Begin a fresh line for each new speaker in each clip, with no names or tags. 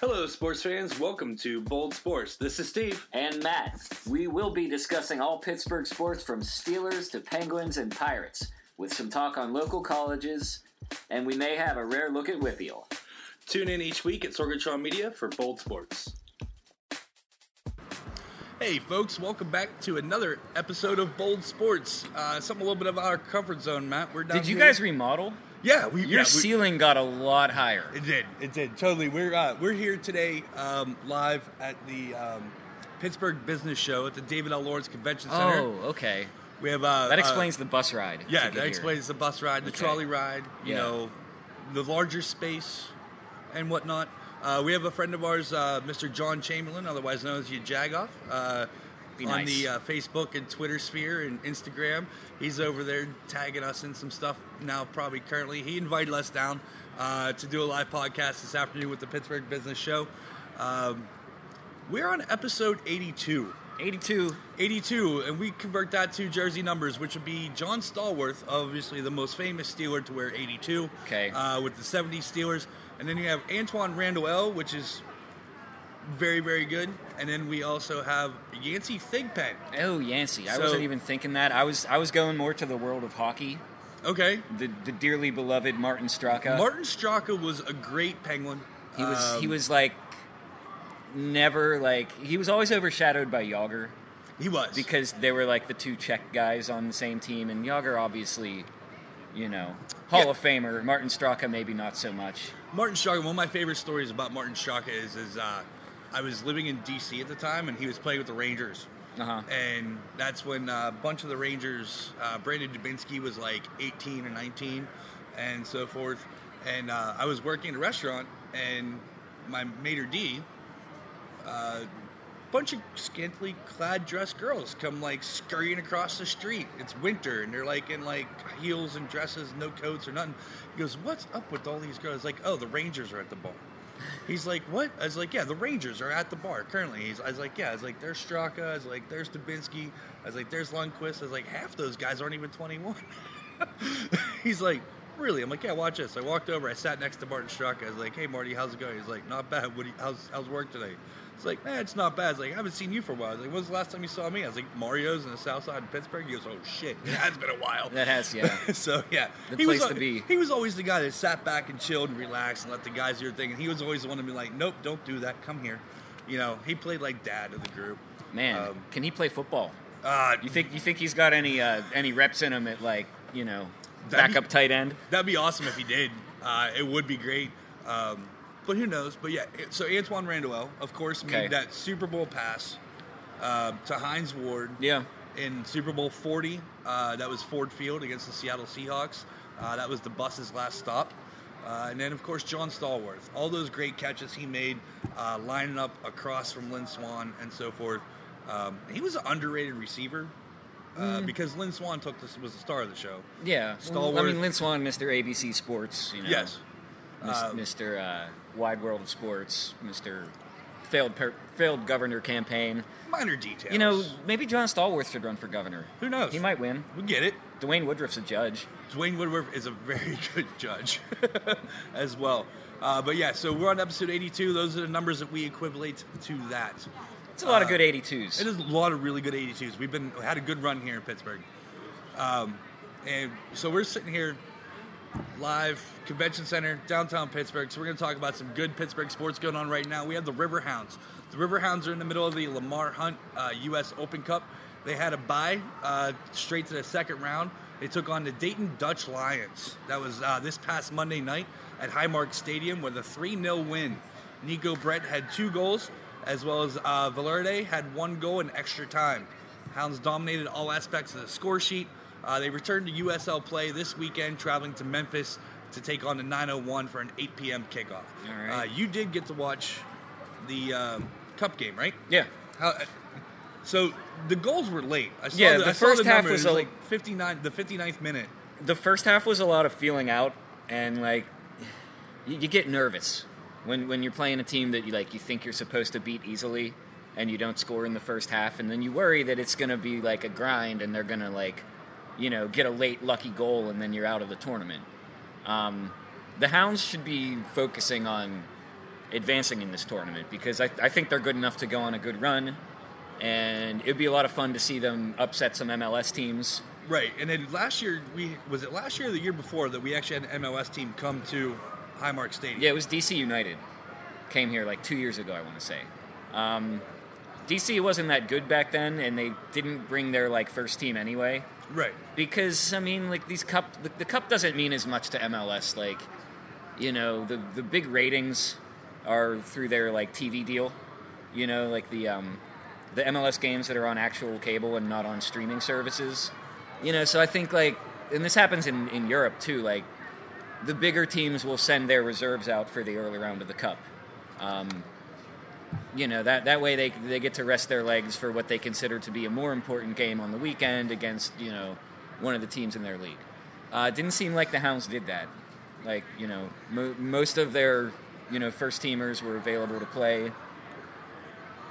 Hello, sports fans. Welcome to Bold Sports. This is Steve.
and Matt. We will be discussing all Pittsburgh sports from Steelers to Penguins and Pirates, with some talk on local colleges, and we may have a rare look at Whippeal.
Tune in each week at Sorgatron Media for Bold Sports.
Hey, folks, welcome back to another episode of Bold Sports. Uh, something a little bit of our comfort zone, Matt. We're down
Did you
here-
guys remodel?
Yeah, we.
Your
yeah, we-
ceiling got a lot higher.
It did. It did. Totally. We're uh, we're here today, um, live at the um, Pittsburgh Business Show at the David L. Lawrence Convention Center.
Oh, okay.
We have uh,
That
uh,
explains the bus ride. to
yeah,
get
that
here.
explains the bus ride, the
Okay.
trolley ride. You
Yeah.
know, the larger space and whatnot. Uh, we have a friend of ours, uh, Mr. John Chamberlain, otherwise known as you Jagoff. Uh,
Be
on
nice.
the uh, Facebook and Twitter sphere and Instagram, he's over there tagging us in some stuff now. Probably currently, he invited us down uh, to do a live podcast this afternoon with the Pittsburgh Business Show. Um, we're on episode 82.
82.
82, and we convert that to jersey numbers, which would be John Stallworth, obviously the most famous Steeler to wear 82.
Okay.
Uh, with the 70 Steelers. And then you have Antoine Randall L., which is very, very good. And then we also have Yancey Thigpen.
Oh, Yancey. I
So-
wasn't even thinking that. I was I was going more to the world of hockey.
Okay.
The the dearly beloved Martin Straka.
Martin Straka was a great Penguin.
he was he
Um,
was like never like he was always overshadowed by Yager
He was.
because they were like the two Czech guys on the same team and Yager obviously, you know, Hall
Yeah.
of Famer. Martin Straka maybe not so much.
Martin Straka. One of my favorite stories about Martin Straka is is uh, I was living in D.C. at the time, and he was playing with the Rangers.
Uh-huh.
And that's when uh, a bunch of the Rangers, uh, Brandon Dubinsky was like 18 or 19, and so forth. And uh, I was working at a restaurant, and my maitre d, uh, bunch of scantily clad dressed girls come like scurrying across the street. It's winter and they're like in like heels and dresses, no coats or nothing. He goes, What's up with all these girls? Like, oh, the Rangers are at the bar. He's like, What? I was like, Yeah, the Rangers are at the bar currently. He's, I was like, Yeah, I was like, There's Straka. I was like, There's Dubinsky. I was like, There's Lundquist. I was like, Half those guys aren't even 21. He's like, Really? I'm like, yeah, watch this. I walked over, I sat next to Martin Straka. I was like, hey, Marty, how's it going? He's like, not bad. What do you, how's, how's work today? It's like, eh, it's not bad. It's like, I haven't seen you for a while. I was like, when's the last time you saw me? I was like, Mario's in the south side of Pittsburgh. He goes, oh, shit. It has been a while.
That has yeah.
so, yeah.
The
was
place
al-
to be.
He was always the guy that sat back and chilled and relaxed and let the guys do their thing. And he was always the one to be like, nope, don't do that. Come here. You know, he played like dad of the group.
Man,
Um,
can he play football?
Uh,
You think you think he's got any uh, any reps in him at like you know
That'd be-
backup tight end?
That'd be awesome if he did. Uh, it would be great. Um, but who knows? But yeah, it- so Antoine Randall, of course,
Okay.
made that Super Bowl pass uh, to Heinz Ward
Yeah.
in Super Bowl 40. Uh, that was Ford Field against the Seattle Seahawks. Uh, that was the bus's last stop. Uh, and then, of course, John Stallworth. All those great catches he made, uh, lining up across from Lynn Swan and so forth. Um, he was an underrated receiver uh,
Mm.
because Lynn Swan took this was the star of the show.
Yeah.
Stallworth.
I mean, Lynn Swan, Mr. ABC Sports. You know,
Yes.
mis-
uh,
Mr. Uh, Wide World of Sports. Mr. Failed per- failed governor campaign.
Minor details.
You know, maybe John Stallworth should run for governor.
Who knows?
He might win.
We get it.
Dwayne Woodruff's a judge.
Dwayne Woodward is a very good judge as well. Uh, but yeah, so we're on episode 82. Those are the numbers that we equivalent to that.
It's a lot of
Uh,
good 82s.
It is a lot of really good 82s. We've been had a good run here in Pittsburgh. Um, and so we're sitting here live convention center downtown Pittsburgh. So we're going to talk about some good Pittsburgh sports going on right now. We have the Riverhounds. The Riverhounds are in the middle of the Lamar Hunt uh, U.S. Open Cup. They had a bye uh, straight to the second round. They took on the Dayton Dutch Lions. That was uh, this past Monday night at Highmark Stadium with a 3 0 win. Nico Brett had two goals, as well as uh, Valverde had one goal in extra time. Hounds dominated all aspects of the score sheet. Uh, they return to USL play this weekend, traveling to Memphis to take on the 901 for an 8 p.m. kickoff.
All right.
Uh, you did get to watch the um, Cup game, right?
yeah.
How, uh, so the goals were late. I saw
Yeah,
the,
the
I saw
first
the
half
number,
was
it
a-
like 59, the 59th minute.
the first half was a lot of feeling out and like you, you get nervous when when you're playing a team that you like you think you're supposed to beat easily and you don't score in the first half and then you worry that it's going to be like a grind and they're going to like you know get a late lucky goal and then you're out of the tournament um, the hounds should be focusing on advancing in this tournament because I, I think they're good enough to go on a good run, and it'd be a lot of fun to see them upset some MLS teams.
Right, and then last year we was it last year or the year before that we actually had an MLS team come to Highmark Stadium.
Yeah, it was DC United came here like two years ago, I want to say. Um, DC wasn't that good back then, and they didn't bring their like first team anyway
Right.
because I mean, like these cup, the, the cup doesn't mean as much to MLS. Like, you know, the the big ratings are through their like TV deal. You know, like the um, the MLS games that are on actual cable and not on streaming services. You know, so I think like, and this happens in in Europe too. Like, the bigger teams will send their reserves out for the early round of the cup. Um, you know that that way they they get to rest their legs for what they consider to be a more important game on the weekend against you know one of the teams in their league. Uh, it didn't seem like the Hounds did that. Like you know, mo- most of their you know first teamers were available to play.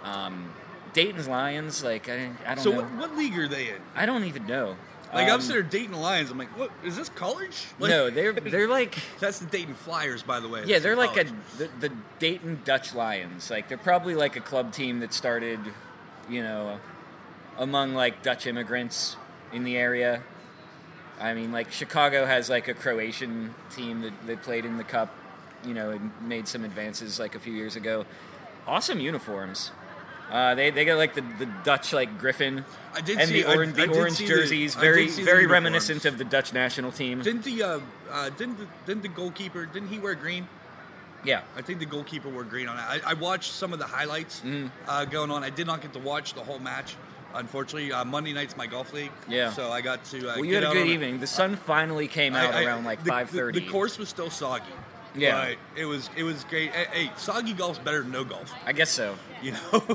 Um, Dayton's Lions, like I, I don't
So
know.
what, what league are they in?
I don't even know.
Like
Um,
I'm sitting there Dayton Lions. I'm like, what is this college? Like,
no, they're they're like
that's the Dayton Flyers, by the way.
Yeah,
That's
they're
in
like a
college.
the, the Dayton Dutch Lions. Like they're probably like a club team that started, you know, among like Dutch immigrants in the area. I mean, like Chicago has like a Croatian team that that played in the cup, you know, and made some advances like a few years ago. Awesome uniforms. Uh, they they got like the, the Dutch like griffin
I did
and
see-
the,
I-
oran-
I
the
did
orange
see the-
jerseys,
I
very
did see the
very
uniforms.
reminiscent of the Dutch national team.
Didn't the uh, uh, didn't the, didn't the goalkeeper didn't he wear green?
yeah,
I think the goalkeeper wore green on it. I, I watched some of the highlights
Mm-hmm.
uh, going on. I did not get to watch the whole match, unfortunately. Uh, Monday night's my golf league,
Yeah.
So I got to. Uh,
Well,
get
you had a
out
good
on it.
evening. The sun finally came out
I- I-
around like
the-
five thirty.
The, the course was still soggy.
Yeah.
but it was it was great. Hey, hey, soggy golf's better than no golf.
I guess so.
You know,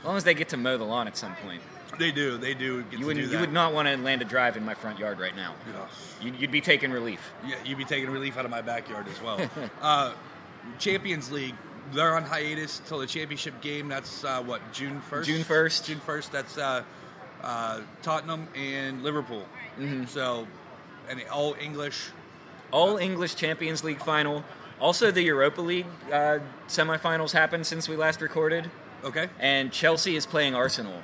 As long as they get to mow the lawn at some point.
they do. They do. Get
You
to
wouldn't.
do
You
that.
would not want to land a drive in my front yard right now.
Yeah.
You'd, you'd be taking relief.
Yeah, you'd be taking relief out of my backyard as well. uh, Champions League, they're on hiatus till the championship game. That's uh, what June first.
June 1st.
June first. That's uh, uh, Tottenham and Liverpool.
Mm-hmm.
So, and all English.
All English Champions League final. Also, the Europa League uh, semifinals happened since we last recorded,
Okay,
and Chelsea is playing Arsenal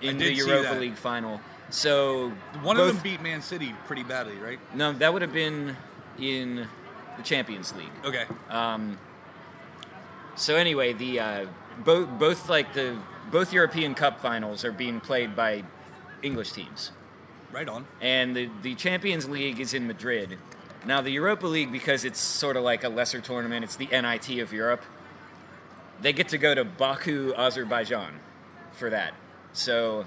in the
did see
Europa
that.
League final. So
one
both,
of them beat Man City pretty badly, right?
No, that would have been in the Champions League.
Okay,
Uh, So anyway, the uh, both both like the both European Cup finals are being played by English teams,
right on.
and the the Champions League is in Madrid. Now the Europa League, because it's sort of like a lesser tournament, it's the NIT of Europe. They get to go to Baku, Azerbaijan, for that. So,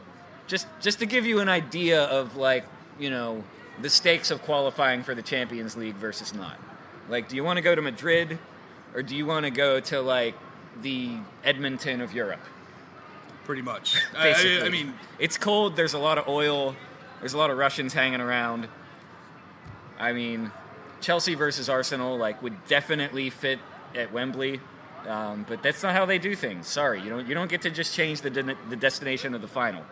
just just to give you an idea of like you know the stakes of qualifying for the Champions League versus not. Like, do you want to go to Madrid, or do you want to go to like the Edmonton of Europe?
Pretty much. I-
basically.
I, I mean,
it's cold. There's a lot of oil. There's a lot of Russians hanging around. I mean, Chelsea versus Arsenal like would definitely fit at Wembley, um, but that's not how they do things. Sorry, you don't you don't get to just change the den the destination of the final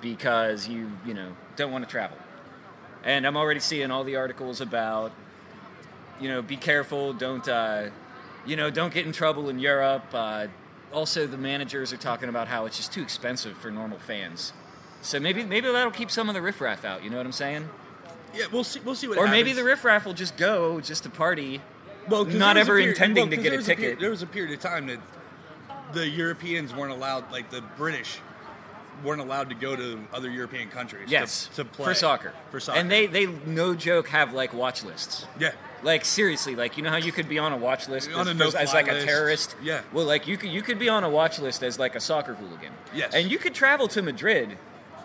because you you know don't want to travel. And I'm already seeing all the articles about you know be careful, don't uh, you know don't get in trouble in Europe. Uh, also, the managers are talking about how it's just too expensive for normal fans. So maybe maybe that'll keep some of the riffraff out. You know what I'm saying?
yeah, we'll see. We'll see what.
Or maybe
happens.
the riffraff will just go just to party.
Well, 'cause
Not
there was a
ever
period-
intending
well,
to
'cause
get
there
a
was period-
ticket.
there was a period of time that the Europeans weren't allowed, like the British weren't allowed to go to other European countries. to-
Yes,
to, play
for soccer.
For soccer,
and they they no joke have like watch lists.
yeah,
Like seriously, like you know how you could be on a watch list
On
as,
a no-fly
as, like a
list.
terrorist.
Yeah.
Well, like you could you could be on a watch list as like a soccer hooligan.
Yes.
And you could travel to Madrid,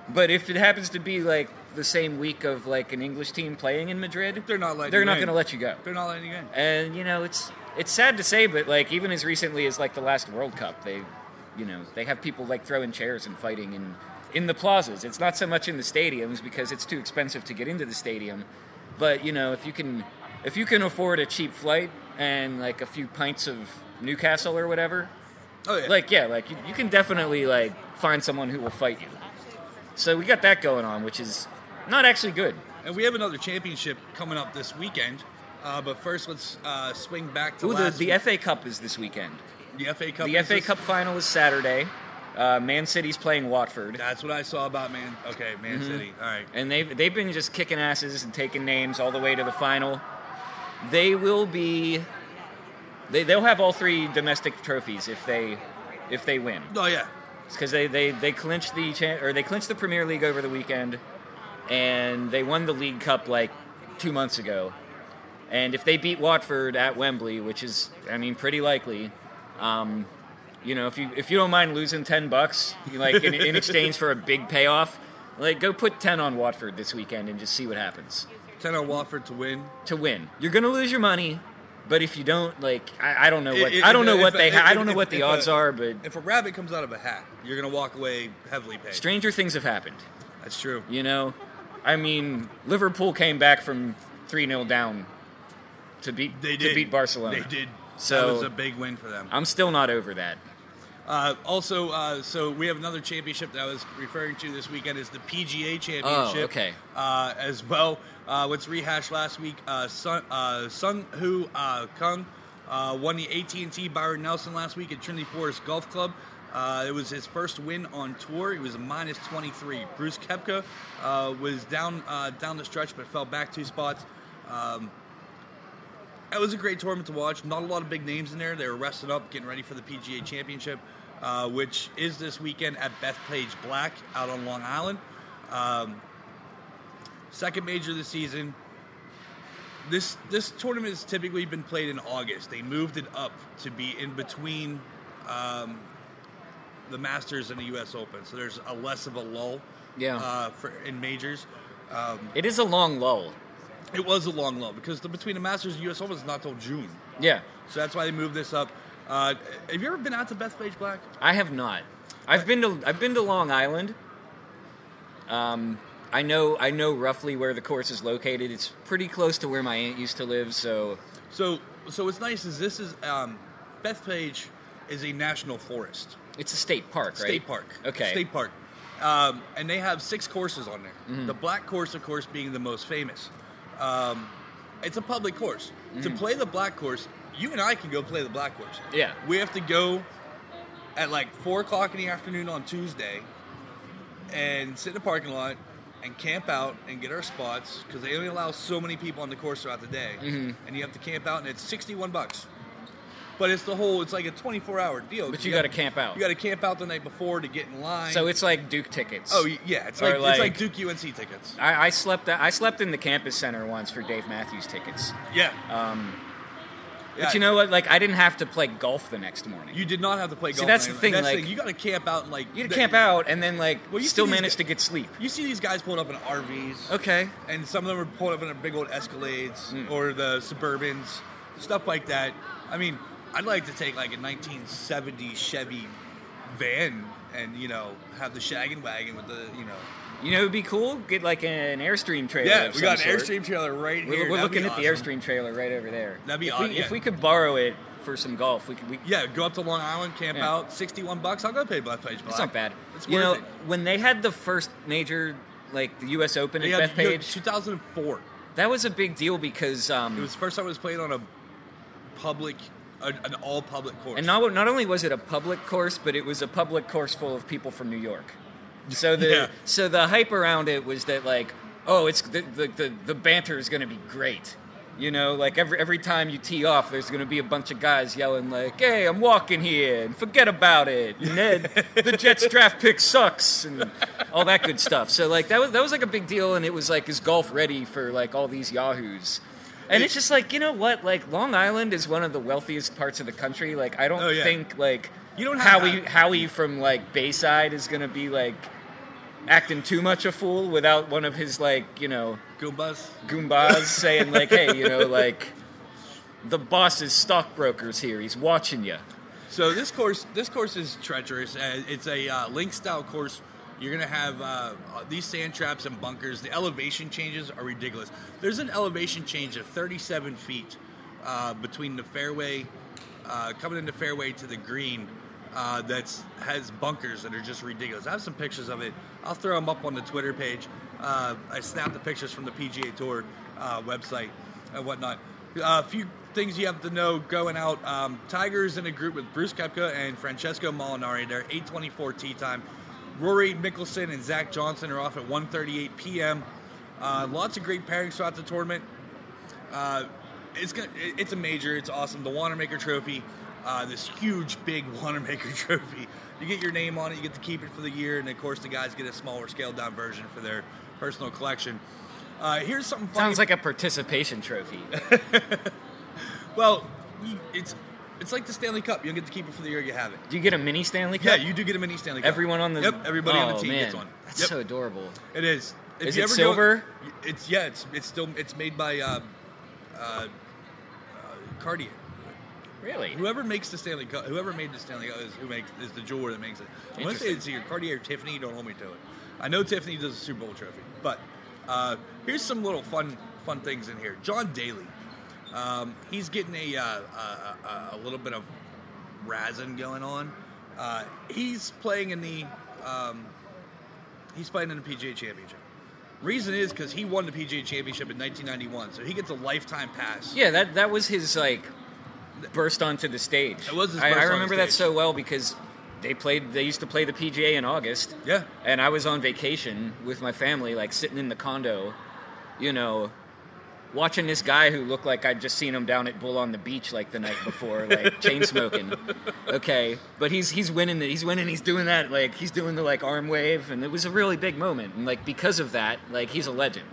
but if it happens to be like the same week of like an English team playing in Madrid,
They're not letting
they're
you
not
in.
going to let you go.
they're not letting you in.
And you know it's it's sad to say, but like even as recently as like the last World Cup, they you know they have people like throwing chairs and fighting in in the plazas. It's not so much in the stadiums because it's too expensive to get into the stadium. But you know if you can if you can afford a cheap flight and like a few pints of Newcastle or whatever,
Oh yeah,
like yeah, like you, you can definitely like find someone who will fight you. So we got that going on, which is not actually good.
and we have another championship coming up this weekend. Uh, but first, let's uh, swing back to
Ooh, the,
last
the FA Cup is this weekend.
week. The FA Cup.
The
is
FA
this-
Cup final is Saturday. Uh, Man City's playing Watford,
That's what I saw about Man. Okay, Man
Mm-hmm.
City. All right.
and they've they've been just kicking asses and taking names all the way to the final. They will be. They they'll have all three domestic trophies if they if they win
Oh yeah.
because they, they they clinched the cha- or they clinched the Premier League over the weekend, and they won the League Cup like two months ago. And if they beat Watford at Wembley, which is I mean pretty likely, um, you know if you if you don't mind losing ten bucks you like in, in exchange for a big payoff, like go put ten on Watford this weekend and just see what happens
Ten on Watford to win.
to win. You're gonna lose your money. But if you don't like, I, I don't know what
If-
I don't know
if-
what
if-
they
if-
I don't know
if-
what the
if a-
odds are, but
If a rabbit comes out of a hat, you're gonna walk away heavily paid.
stranger things have happened.
That's true.
You know, I mean, Liverpool came back from three 0 down to beat
They did
to beat Barcelona.
They did. that
So-
was a big win for them.
I'm still not over that.
Uh, also, uh, so we have another championship that I was referring to this weekend is the PGA Championship.
Oh, okay.
Uh, as well, uh, what's rehashed last week? Uh, Sun uh, Sun Hu uh, Kung uh, won the AT&T Byron Nelson last week at Trinity Forest Golf Club. Uh, it was his first win on tour. He was a minus 23. Bruce Kepka uh, was down uh, down the stretch, but fell back two spots. Um, it was a great tournament to watch. Not a lot of big names in there. They were resting up, getting ready for the PGA Championship, uh, which is this weekend at Bethpage Black out on Long Island. Um, second major of the season. This this tournament has typically been played in August. They moved it up to be in between um, the Masters and the U.S. Open, so there's a less of a lull.
Yeah.
Uh, for, in majors. Um,
It is a long lull.
it was a long lull because the, between the Masters and U.S. Open is not till June,
Yeah,
so that's why they moved this up. Uh, have you ever been out to Bethpage Black?
I have not. I've been to I've been to Long Island. Um, I know I know roughly where the course is located. It's pretty close to where my aunt used to live. So
So, so what's nice is this is um, Bethpage is a national forest,
it's a state park, right?
state park.
Okay.
state park, um, and they have six courses on there.
Mm-hmm.
The black course, of course, being the most famous. Um, it's a public course. To play the black course, you and I can go play the black course.
Mm-hmm. Yeah.
we have to go at like four o'clock in the afternoon on Tuesday and sit in the parking lot and camp out and get our spots because they only allow so many people on the course throughout the day,
Mm-hmm.
and you have to camp out and it's sixty-one bucks. But it's the whole. It's like a twenty-four hour deal.
But
'cause
you
have-
gotta camp out.
You got to camp out the night before to get in line.
So it's like Duke tickets.
oh y- yeah, it's
Or
like, it's like
like-
Duke UNC tickets.
I, I slept I slept in the campus center once for Dave Matthews tickets.
Yeah,
Um,
Yeah.
But you know what? Like, I didn't have to play golf the next morning.
you did not have to play
See,
golf.
that's
night.
the thing, like-
you got to camp out and like
You had
the-
to camp out and then, like,
Well, you
still
see these
managed
gu-
to get sleep.
You see these guys pulling up in RVs.
Okay. Mm.
and some of them are pulled up in their big old Escalades or the Suburbans, stuff like that. I mean, I'd like to take like a 1970 Chevy van and you know have the shaggin' wagon with the you know.
You know, it'd be cool. Get, like, an Airstream trailer.
Yeah,
of
we
some
got an
sort.
airstream trailer right
We're,
here.
we're
That'd be
looking at the
awesome.
Airstream trailer right over there.
That'd be
if
awesome,
We,
yeah.
If we could borrow it for some golf, we could. We,
Yeah, go up to Long Island, camp
Yeah.
out, 61 bucks. I'll go pay Black Page Black.
it's not bad.
It's
you know,
worth it.
when they had the first major, like, the U.S. Open
They
at
had- you know,
Bethpage,
2004.
that was a big deal because. Um,
It was the first time I was playing on a public, a, an all public course.
And not, not only was it a public course, but it was a public course full of people from New York. So the
Yeah.
so the hype around it was that like, oh, it's the the, the, the banter is going to be great. You know, like every every time you tee off, there's going to be a bunch of guys yelling like, "Hey, I'm walking here," and forget about it. Ned, the Jets draft pick sucks, and all that good stuff. So like that was that was like a big deal, and it was like, is golf ready for like all these yahoos? And it's just like you know what, like Long Island is one of the wealthiest parts of the country. Like I don't
Oh, yeah.
think like
You don't have
Howie
that.
Howie from like Bayside is gonna be like acting too much a fool without one of his like you know
Goombas.
goombas saying like hey you know like the boss is stockbrokers here he's watching you
So this course, this course is treacherous. Uh, It's a uh, link style course. You're gonna have uh, uh, these sand traps and bunkers. The elevation changes are ridiculous. There's an elevation change of 37 feet uh, between the fairway, uh, coming into fairway to the green. Uh, that's has bunkers that are just ridiculous. I have some pictures of it. I'll throw them up on the Twitter page. Uh, I snapped the pictures from the PGA Tour uh, website and whatnot. A few things you have to know going out. Um, Tigers in a group with Bruce Kepka and Francesco Molinari. They're 8:24 tee time. Rory Mickelson and Zach Johnson are off at 1:38 p.m. Uh, lots of great pairings throughout the tournament. Uh, it's gonna, it- it's a major. It's awesome. The Wanamaker Trophy, uh, this huge big Wanamaker Trophy. You get your name on it. You get to keep it for the year, and of course the guys get a smaller scaled down version for their personal collection. Uh, here's something funny.
Sounds like a participation trophy.
Well, you, it's it's like the Stanley Cup. You'll get to keep it for the year you have it.
Do you get a mini Stanley
Yeah,
Cup?
you do get a mini Stanley Cup.
Everyone on the
yep, everybody on the
Oh,
team
man.
gets one.
That's
Yep,
so adorable.
it is. If
Is
you
it
ever go-
silver?
it's yeah. It's it's still it's made by uh, uh, uh, Cartier.
Really?
Whoever makes the Stanley Cup, whoever made the Stanley Cup is who makes is the jeweler that makes it. I want to say
Interesting.
it's either Cartier or Tiffany. Don't hold me to it. I know Tiffany does a Super Bowl trophy, but uh, here's some little fun fun things in here. John Daly, um, he's getting a, uh, a, a a little bit of razzing going on. Uh, he's playing in the um, he's playing in the PGA Championship. Reason is because he won the PGA Championship in 1991, so he gets a lifetime pass.
Yeah, that that was his like burst onto the stage.
It was his
I,
burst
I
on the
remember that
stage.
so well because they played. They used to play the PGA in August.
Yeah.
and I was on vacation with my family, like sitting in the condo, you know, watching this guy who looked like I'd just seen him down at Bull on the beach like the night before, like chain smoking. Okay, but he's he's winning. The, he's winning. He's doing that. Like he's doing the like arm wave, and it was a really big moment. And like because of that, like he's a legend.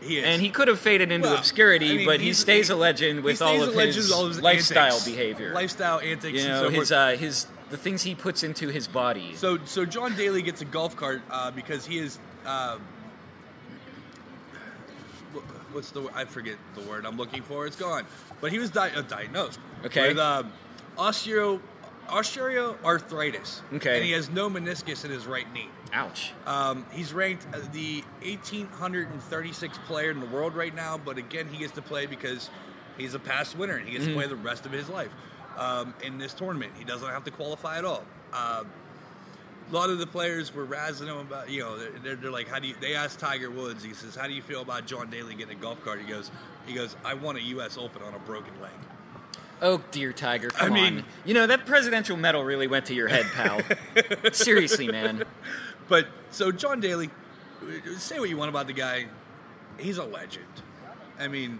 He is.
And he could have faded into
Well,
obscurity,
I mean,
but he
he's-
stays
he-
a legend with
He
all
stays
of
a legend
his
with all his
lifestyle
antics,
behavior.
lifestyle antics. and
you know,
so
his
forth.
uh, his the things he puts into his body.
so so John Daly gets a golf cart uh, because he is. Uh, wh- what's the word? I forget the word I'm looking for. It's gone. But he was di- uh, diagnosed
Okay.
with um, osteo osteoarthritis.
Okay.
and he has no meniscus in his right knee.
Ouch.
Um, he's ranked uh, the 1836th player in the world right now, but again, he gets to play because he's a past winner and he gets to play the rest of his life um, in this tournament. He doesn't have to qualify at all. Uh, a lot of the players were razzing him about, you know, they're, they're, they're like, how do you, they asked Tiger Woods, he says, how do you feel about John Daly getting a golf cart? He goes, he goes, I won a U.S. Open on a broken leg.
Oh dear, Tiger. Come
I mean-
on. You know that presidential medal really went to your head, pal. Seriously, man.
But so John Daly, say what you want about the guy, he's a legend. I mean,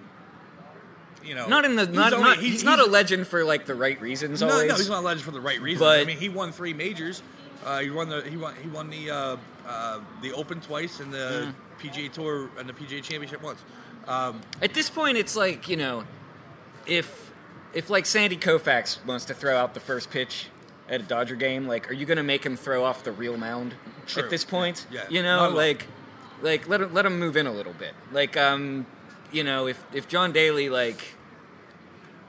you know,
Not in the.
he's
Not,
only-
not, he's, not a legend for like the right reasons.
no,
always.
no, he's not a legend for the right reason.
But-
I mean, he won three majors. Uh, he won the he won he won the uh, uh, the Open twice and the
Hmm.
PGA Tour and the PGA Championship once. Um,
At this point, it's like you know, if if like Sandy Koufax wants to throw out the first pitch at a Dodger game, like, are you going to make him throw off the real mound
True.
at this point?
Yeah.
You
Not
know,
at all.
like, like let him let him move in a little bit. Like, um, you know, if if John Daly like,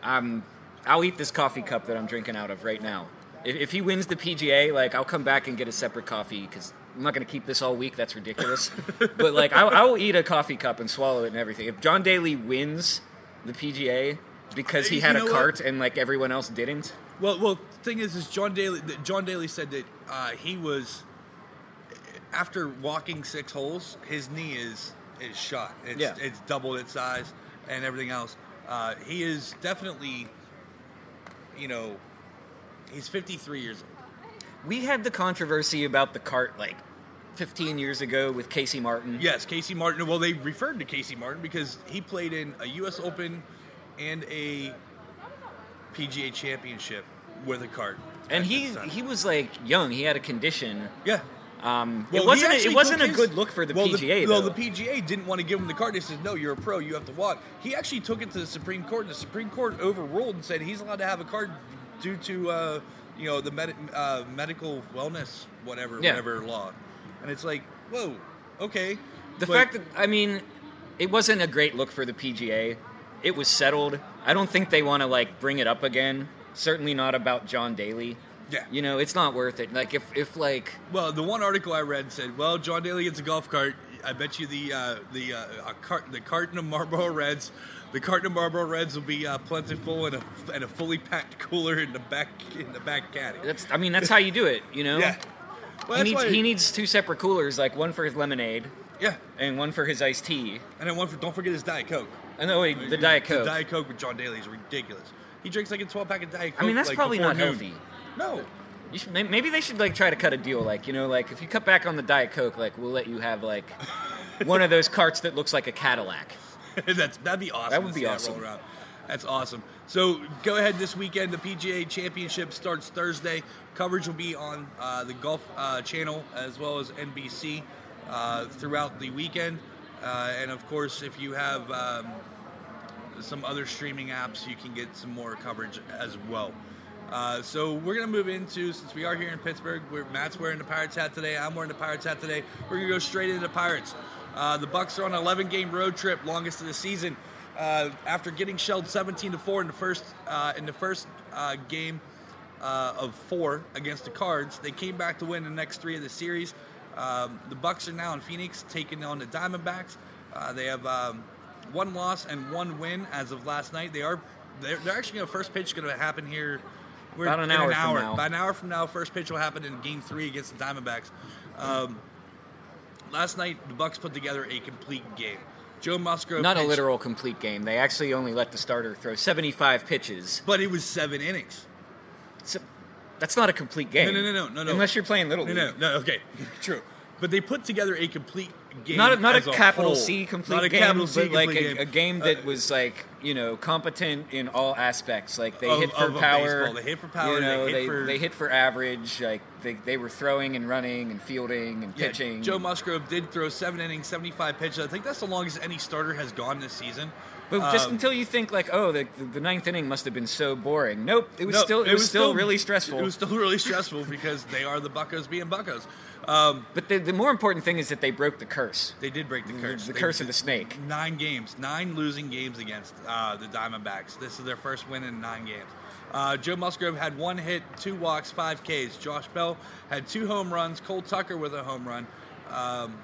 um, I'll eat this coffee cup that I'm drinking out of right now. If, if he wins the PGA, like, I'll come back and get a separate coffee because. I'm not going to keep this all week. That's ridiculous. but like, I, I will eat a coffee cup and swallow it and everything. If John Daly wins the PGA because he
You
had
know
a
what?
cart and like everyone else didn't,
Well, well, thing is, is John Daly. that John Daly said that uh, he was after walking six holes, his knee is is shot. It's,
Yeah.
it's doubled its size and everything else. Uh, he is definitely, you know, he's 53 years old.
We had the controversy about the cart like 15 years ago with Casey Martin.
Yes, Casey Martin. Well, they referred to Casey Martin because he played in a U.S. Open and a PGA Championship with a cart.
And
at
he
this time.
he was like young. He had a condition.
yeah.
Um,
Well,
it
he
wasn't a,
actually
it wasn't
took
a
his-
good look for the
well,
PGA
well,
though.
the PGA didn't want to give him the card. They said, "No, you're a pro. You have to walk." He actually took it to the Supreme Court, and the Supreme Court overruled and said he's allowed to have a card due to uh, you know the med- uh, medical wellness whatever
Yeah.
whatever law. And it's like, whoa, okay.
The fact that I mean, it wasn't a great look for the PGA. It was settled. I don't think they want to like bring it up again. Certainly not about John Daly.
Yeah.
You know, it's not worth it. Like if if like
well, the one article I read said, "Well, John Daly gets a golf cart. I bet you the uh, the uh, a cart the carton of Marlboro Reds." The carton of Marlboro Reds will be uh, plentiful and a, and a fully packed cooler in the back in the back caddy.
that's I mean that's how you do it. You know.
Yeah. Well,
he
that's
needs
why-
he needs two separate coolers, like one for his lemonade
Yeah,
and one for his iced tea.
and then one for don't forget his diet coke.
I know. Wait, the Diet Coke.
The Diet Coke with John Daly is ridiculous. He drinks like a 12 pack of Diet Coke.
I mean, that's
like,
probably
before
not
noon.
healthy.
No.
You should, may- maybe they should like try to cut a deal, like you know, like if you cut back on the Diet Coke, like we'll let you have like one of those carts that looks like a Cadillac.
that's that'd be awesome.
That would
to
be
see roll
awesome.
around. That's awesome. So go ahead this weekend. The PGA Championship starts Thursday. Coverage will be on uh, the Golf uh, Channel as well as NBC uh, throughout the weekend. Uh, and of course, if you have um, some other streaming apps, you can get some more coverage as well. Uh, so we're gonna move into since we are here in Pittsburgh. We're, Matt's wearing the Pirates hat today. I'm wearing the Pirates hat today. We're gonna go straight into Pirates. Uh, the Bucks are on an 11 game road trip, longest of the season. Uh, after getting shelled 17 to four in the first uh, in the first uh, game uh, of four against the Cards, they came back to win the next three of the series. Um, the Bucks are now in Phoenix, taking on the Diamondbacks. Uh, they have um, one loss and one win as of last night. They are they're, they're actually going to first pitch going to happen here. We're
About an
in
hour from now.
About an hour from now, first pitch will happen in Game Three against the Diamondbacks. Um, last night, the Bucks put together a complete game. Joe Musgrove
Not a
pitched-
literal complete game. They actually only let the starter throw 75 pitches.
but it was seven innings.
So that's not a complete game.
No, no, no, no, no, no.
Unless you're playing little
No,
league.
no, no. Okay, true. But they put together a complete game.
Not a, not a
as
capital
whole.
C complete
Not a
game,
capital C
but like
complete
a, a game
Uh,
that was like you know competent in all aspects. Like they
Of-
hit for
of a
power,
baseball. They hit for power,
You
they
know,
hit
they,
for-
they hit for average. Like they, they were throwing and running and fielding and
Yeah,
pitching.
Joe Musgrove did throw seven innings, 75 pitches. I think that's the longest any starter has gone this season.
But just
Um,
until you think like, oh, the, the ninth inning must have been so boring. Nope, it was
no,
still it, was, still, really stressful.
It was still really stressful because they are the Buckos being Buckos. Um,
but the, the more important thing is that they broke the curse.
they did break the
The-
curse.
the
They-
curse of the snake.
Nine games, nine losing games against uh, the Diamondbacks. This is their first win in nine games. Uh, Joe Musgrove had one hit, two walks, five Ks. Josh Bell had two home runs. Cole Tucker with a home run. Um,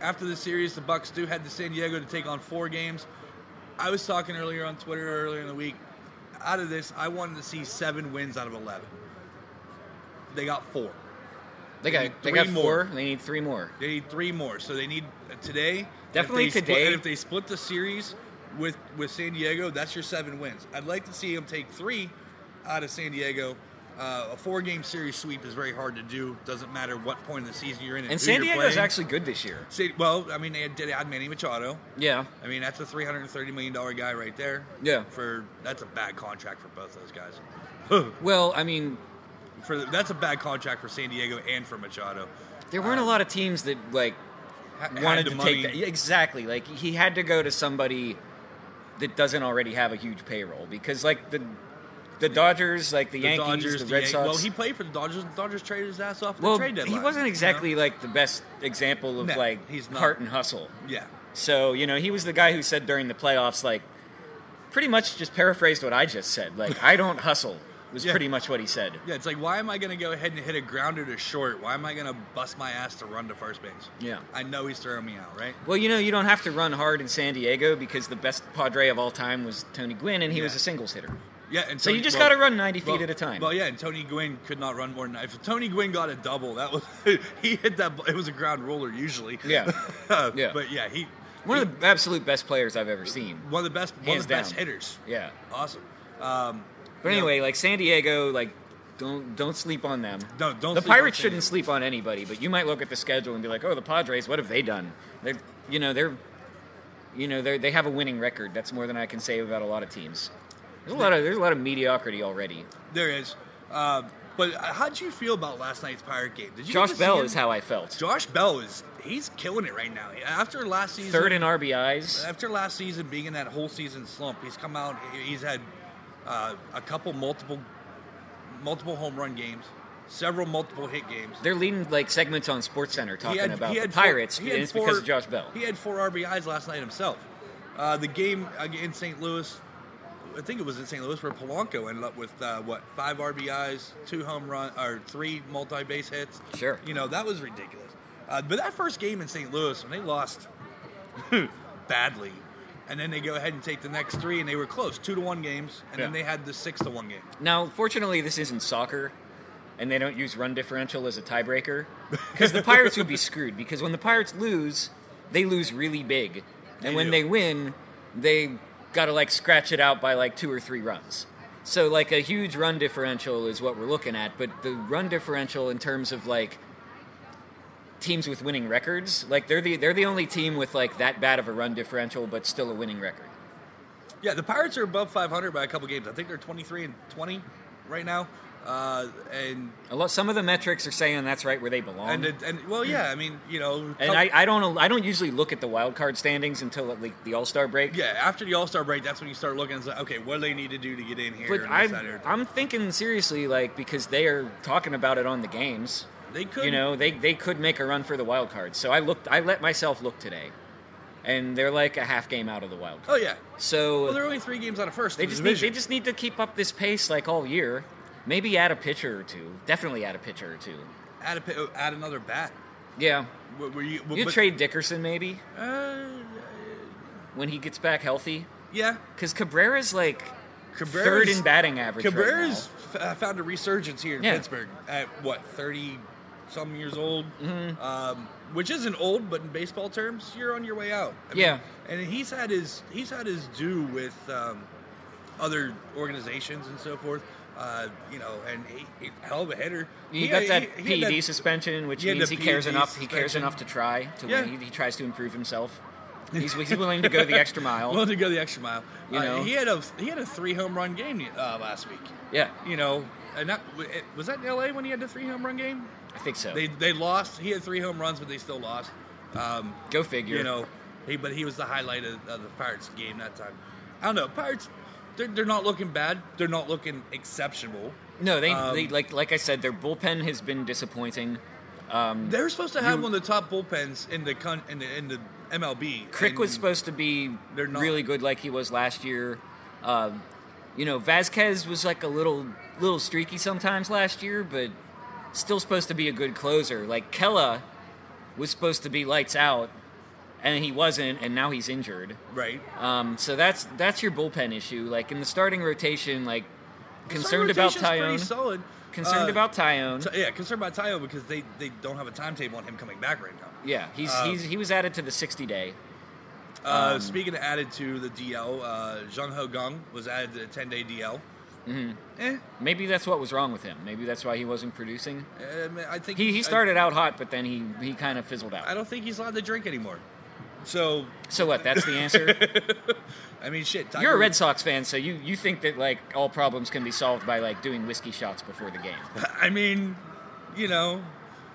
after the series, the Bucks do head to San Diego to take on four games. I was talking earlier on Twitter earlier in the week. Out of this, I wanted to see seven wins out of eleven. They got four.
They
need
got they
three
got
more.
four. They need three more.
They need three more, so they need uh, today. and if
Definitely
they split-
today.
and if they split the series with with San Diego, that's your seven wins. I'd like to see them take three out of San Diego. Uh, a four game series sweep is very hard to do. Doesn't matter what point of the season you're in.
And
who
San
you're
Diego's
playing.
actually good this year.
San- well, I mean, they did add Manny Machado.
Yeah,
I mean, that's a three hundred and thirty million dollar guy right there.
Yeah.
For that's a bad contract for both those guys.
Well, I mean,
for that's a bad contract for San Diego and for Machado.
there weren't a lot of teams that like
Ha- Uh, had
wanted
the
to
money.
take that. Yeah, Exactly. Like he had to go to somebody that doesn't already have a huge payroll because like the the Dodgers, like the, Yankees, the Red
Yan-
Sox.
Well, he played for the Dodgers. and The Dodgers traded his ass off at
Well,
the trade deadline.
he
you
wasn't
know?
exactly like the best example of
No,
like
he's not.
heart and hustle.
Yeah,
So you know, he was the guy who said during the playoffs, like, pretty much just paraphrased what I just said. Like, I don't hustle was
Yeah.
pretty much what he said.
yeah. It's like, why am I going to go ahead and hit a grounder to short? Why am I going to bust my ass to run to first base?
Yeah.
I know he's throwing me out, right?
Well, you know, you don't have to run hard in San Diego because the best Padre of all time was Tony Gwynn, and he was
Yeah.
a singles hitter.
Yeah, and
So you
Tony-
just
well-
gotta run 90 feet
well-
at a time.
Well, yeah, and Tony Gwynn could not run more than if Tony Gwynn got a double. That was he hit that. It was a ground roller usually.
Yeah. Yeah.
But yeah, he
One of the absolute best players I've ever seen.
one of the best one
Hands
of the best
down.
hitters.
Yeah.
Awesome. Um,
But
you know,
anyway, like San Diego, like don't don't sleep on them.
No, don't
The
sleep on
Pirates
San
shouldn't
Diego.
sleep on anybody, but you might look at the schedule and be like, "Oh, the Padres, what have they done?" They're, you know, they're, you know, they they have a winning record. That's more than I can say about a lot of teams. There's a lot of there's a lot of mediocrity already.
there is. Um, but how'd you feel about last night's Pirate game? Did you
Josh
get to see
Bell
him?
is how I felt.
Josh Bell is he's killing it right now. After last season,
Third in RBIs.
after last season being in that whole season slump, he's come out. He's had uh, a couple multiple multiple home run games, several multiple hit games.
They're leading like segments on SportsCenter talking about the
four-
Pirates,
he
and
had
it's
four-
because of Josh Bell.
He had four RBIs last night himself. Uh, the game ag- in St. Louis, I think it was in St. Louis, where Polanco ended up with uh, what five RBIs, two home run or three multi-base hits.
Sure.
you know that was ridiculous. Uh, but that first game in St. Louis, when they lost badly, and then they go ahead and take the next three, and they were close, two to one games, and then they
Yeah.
had the six to one game.
Now, fortunately, this isn't soccer, and they don't use run differential as a tiebreaker, because the Pirates would be screwed. Because when the Pirates lose, they lose really big, and
They
when
do.
they win, they got to like scratch it out by like two or three runs. So like a huge run differential is what we're looking at, but the run differential in terms of like teams with winning records, like they're the they're the only team with like that bad of a run differential but still a winning record.
Yeah, the Pirates are above 500 by a couple games. I think they're 23 and 20 right now. Uh, and
A lot some of the metrics are saying that's right where they belong.
and it, and well, yeah. I mean, you know,
Um, And
couple-
I, I don't I don't usually look at the wild card standings until like the All Star break.
yeah. After the All Star break, that's when you start looking. It's like, okay, what do they need to do to get in here?
But
and this, that, and
I'm
everything.
I'm thinking seriously like because they are talking about it on the games.
they could,
You know they they could make a run for the wild card. So I looked I let myself look today, and they're like a half game out of the wild card.
Oh yeah.
So
Well, they're only three games out of first.
they
in the
just need, they
division.
just need to keep up this pace like all year. Maybe add a pitcher or two. Definitely add a pitcher or two.
add a, pi- oh, add another bat.
Yeah,
Were, were you?
you
but-
trade Dickerson maybe
Uh,
when he gets back healthy
yeah.
because Cabrera's like
Cabrera's,
third in batting average. right now.
Cabrera's f- uh, found a resurgence here in
Yeah.
Pittsburgh at what thirty some years old,
Mm-hmm.
um, which isn't old, but in baseball terms, you're on your way out. I
Yeah.
and he's had his he's had his due with um, other organizations and so forth. Uh, you know, and he, he hell of a hitter.
He, got that E
he- he
PED
had that-
suspension, which
he had
means
the
he cares
PED
enough. He cares
suspension.
enough to try. To
Yeah.
win. He, he tries to improve himself. He's, he's willing to go the extra mile.
Willing to go the extra mile.
You
Uh,
know.
he had a he had a three home run game uh, last week.
Yeah,
You know, and that was that in L.A. when he had the three home run game.
I think so.
They they lost. He had three home runs, but they still lost. Um,
go figure.
you know, he but he was the highlight of, of the Pirates game that time. I don't know. Pirates, they're, they're not looking bad. They're not looking exceptional.
no, they,
um,
they like like I said, their bullpen has been disappointing. Um,
They're supposed to have one of the top bullpens in the con, in the in the MLB.
Crick
and
was supposed to be
They're not.
really good, like he was last year. Um, you know, Vasquez was like a little little streaky sometimes last year, but still supposed to be a good closer. Like Kella was supposed to be lights out, and he wasn't, and now he's injured.
right.
Um, so that's that's your bullpen issue. Like in the starting rotation, like concerned about
Rotation's pretty
Tyone,
Solid.
concerned
Uh,
about Tyone.
Ty- yeah, concerned about Tyone because they they don't have a timetable on him coming back right now.
yeah, he's,
uh,
he's he was added to the 60 day.
Uh,
Um,
speaking of added to the DL, uh, Zhang Ho Gong was added to the 10 day DL. Mm-hmm. Eh,
Maybe that's what was wrong with him. Maybe that's why he wasn't producing.
I, mean, I think
He, he started out hot, but then he, he kind of fizzled
I, I
out.
don't think he's allowed to drink anymore. So,
So what? That's the answer.
I mean, shit. Tiger,
You're a Red Sox fan, so you, you think that like all problems can be solved by like doing whiskey shots before the game.
I mean, you know,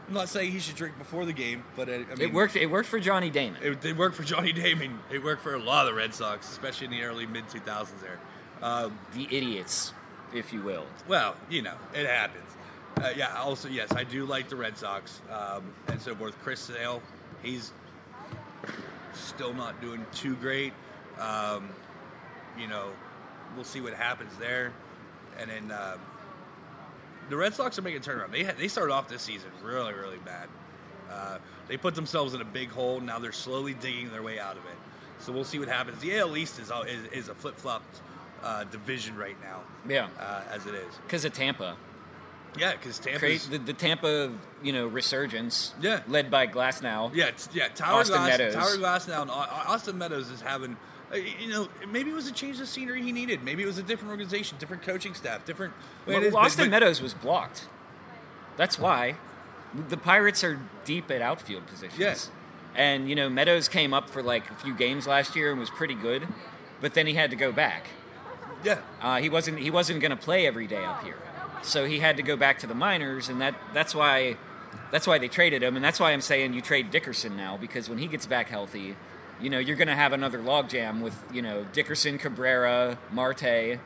I'm not saying he should drink before the game, but uh, I, I mean,
It worked. It worked for Johnny Damon.
It, it worked for Johnny Damon. It worked for a lot of the Red Sox, especially in the early mid 2000s. There, um,
The idiots, if you will.
Well, you know, it happens. Uh, yeah. Also, yes, I do like the Red Sox um, and so forth. Chris Sale, he's still not doing too great. Um, you know, we'll see what happens there. And then um, the Red Sox are making a turnaround. They had, they started off this season really, really bad. Uh, they put themselves in a big hole. Now they're slowly digging their way out of it. So we'll see what happens. The AL East is all- is, is a flip flopped uh, division right now.
Yeah.
uh, as it is.
Because of Tampa.
Yeah, because
Cra-
Tampa's.
the, the Tampa, you know, resurgence.
Yeah.
Led by Glass now.
yeah, it's, yeah. Tower
Austin
Glass,
Meadows.
Tower Glass now, and Au- Austin Meadows is having. uh, You know, maybe it was a change of scenery he needed. Maybe it was a different organization, different coaching staff, different. well, it is, but-
Austin
but-
Meadows was blocked. That's why the Pirates are deep at outfield positions.
Yes.
And you know, Meadows came up for like a few games last year and was pretty good, but then he had to go back.
Yeah,
Uh, he wasn't he wasn't going to play every day up here, so he had to go back to the minors, and that that's why that's why they traded him, and that's why I'm saying you trade Dickerson now because when he gets back healthy, you know you're going to have another logjam with you know Dickerson, Cabrera, Marte,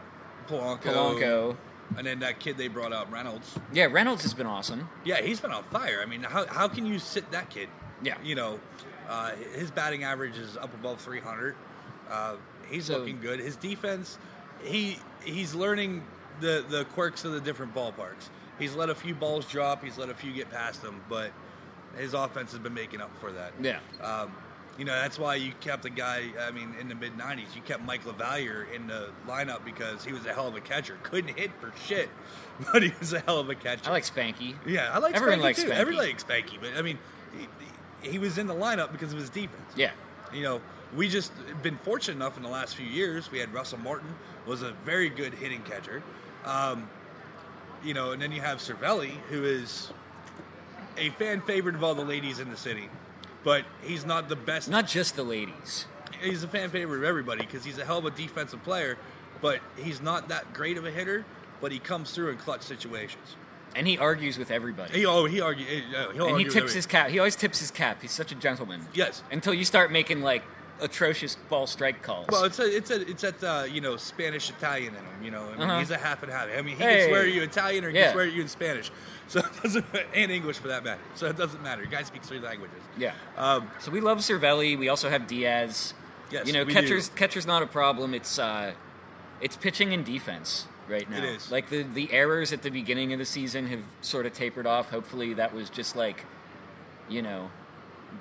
Polanco,
Polanco.
and then that kid they brought up, Reynolds.
Yeah, Reynolds has been awesome.
Yeah, he's been on fire. I mean, how, how can you sit that kid?
Yeah.
you know, uh, his batting average is up above 300. Uh, he's
So-
looking good. His defense, he he's learning the the quirks of the different ballparks. He's let a few balls drop. He's let a few get past him, but his offense has been making up for that.
Yeah.
Um, you know, that's why you kept a guy, I mean, in the mid 90s, you kept Mike LaValliere in the lineup because he was a hell of a catcher. Couldn't hit for shit, but he was a hell of a catcher.
I like Spanky.
Yeah, I like
Everyone
Spanky
likes
too.
Spanky.
Everyone likes Spanky, but I mean, he, he was in the lineup because of his defense.
Yeah.
You know, we just been fortunate enough in the last few years. We had Russell Martin was a very good hitting catcher, um, you know, and then you have Cervelli who is a fan favorite of all the ladies in the city, but he's not the best.
Not just the ladies.
he's a fan favorite of everybody because he's a hell of a defensive player, but he's not that great of a hitter. But he comes through in clutch situations.
And he argues with everybody.
He oh he argue, eh, uh, he'll
and
argue
he
with
tips
every-
his cap. He always tips his cap. He's such a gentleman.
yes.
Until you start making like atrocious ball strike calls.
Well, it's a, it's a, it's that uh, you know Spanish Italian in him. You know, I mean,
Uh-huh.
he's a half and half. I mean, he
Hey.
can swear at you Italian or he
Yeah.
can swear at you in Spanish, so it doesn't, and English for that matter. So it doesn't matter. Guys speak three languages.
yeah.
Um,
So we love Cervelli. We also have Diaz.
Yes,
you know,
we
catcher's
do.
catcher's not a problem. It's uh, it's pitching and defense right now.
is.
Like the the errors at the beginning of the season have sort of tapered off. Hopefully, that was just like, you know,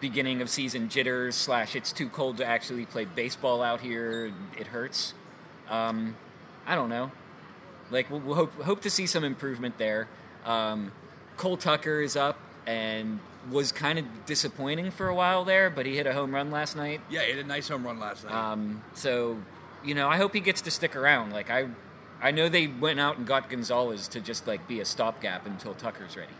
beginning of season jitters slash it's too cold to actually play baseball out here. It hurts. Um, I don't know. Like we'll, we'll hope hope to see some improvement there. Um, Cole Tucker is up and was kind of disappointing for a while there, but he hit a home run last night.
yeah, he had a nice home run last night.
Um, so, you know, I hope he gets to stick around. Like I, I know they went out and got Gonzalez to just like be a stopgap until Tucker's ready.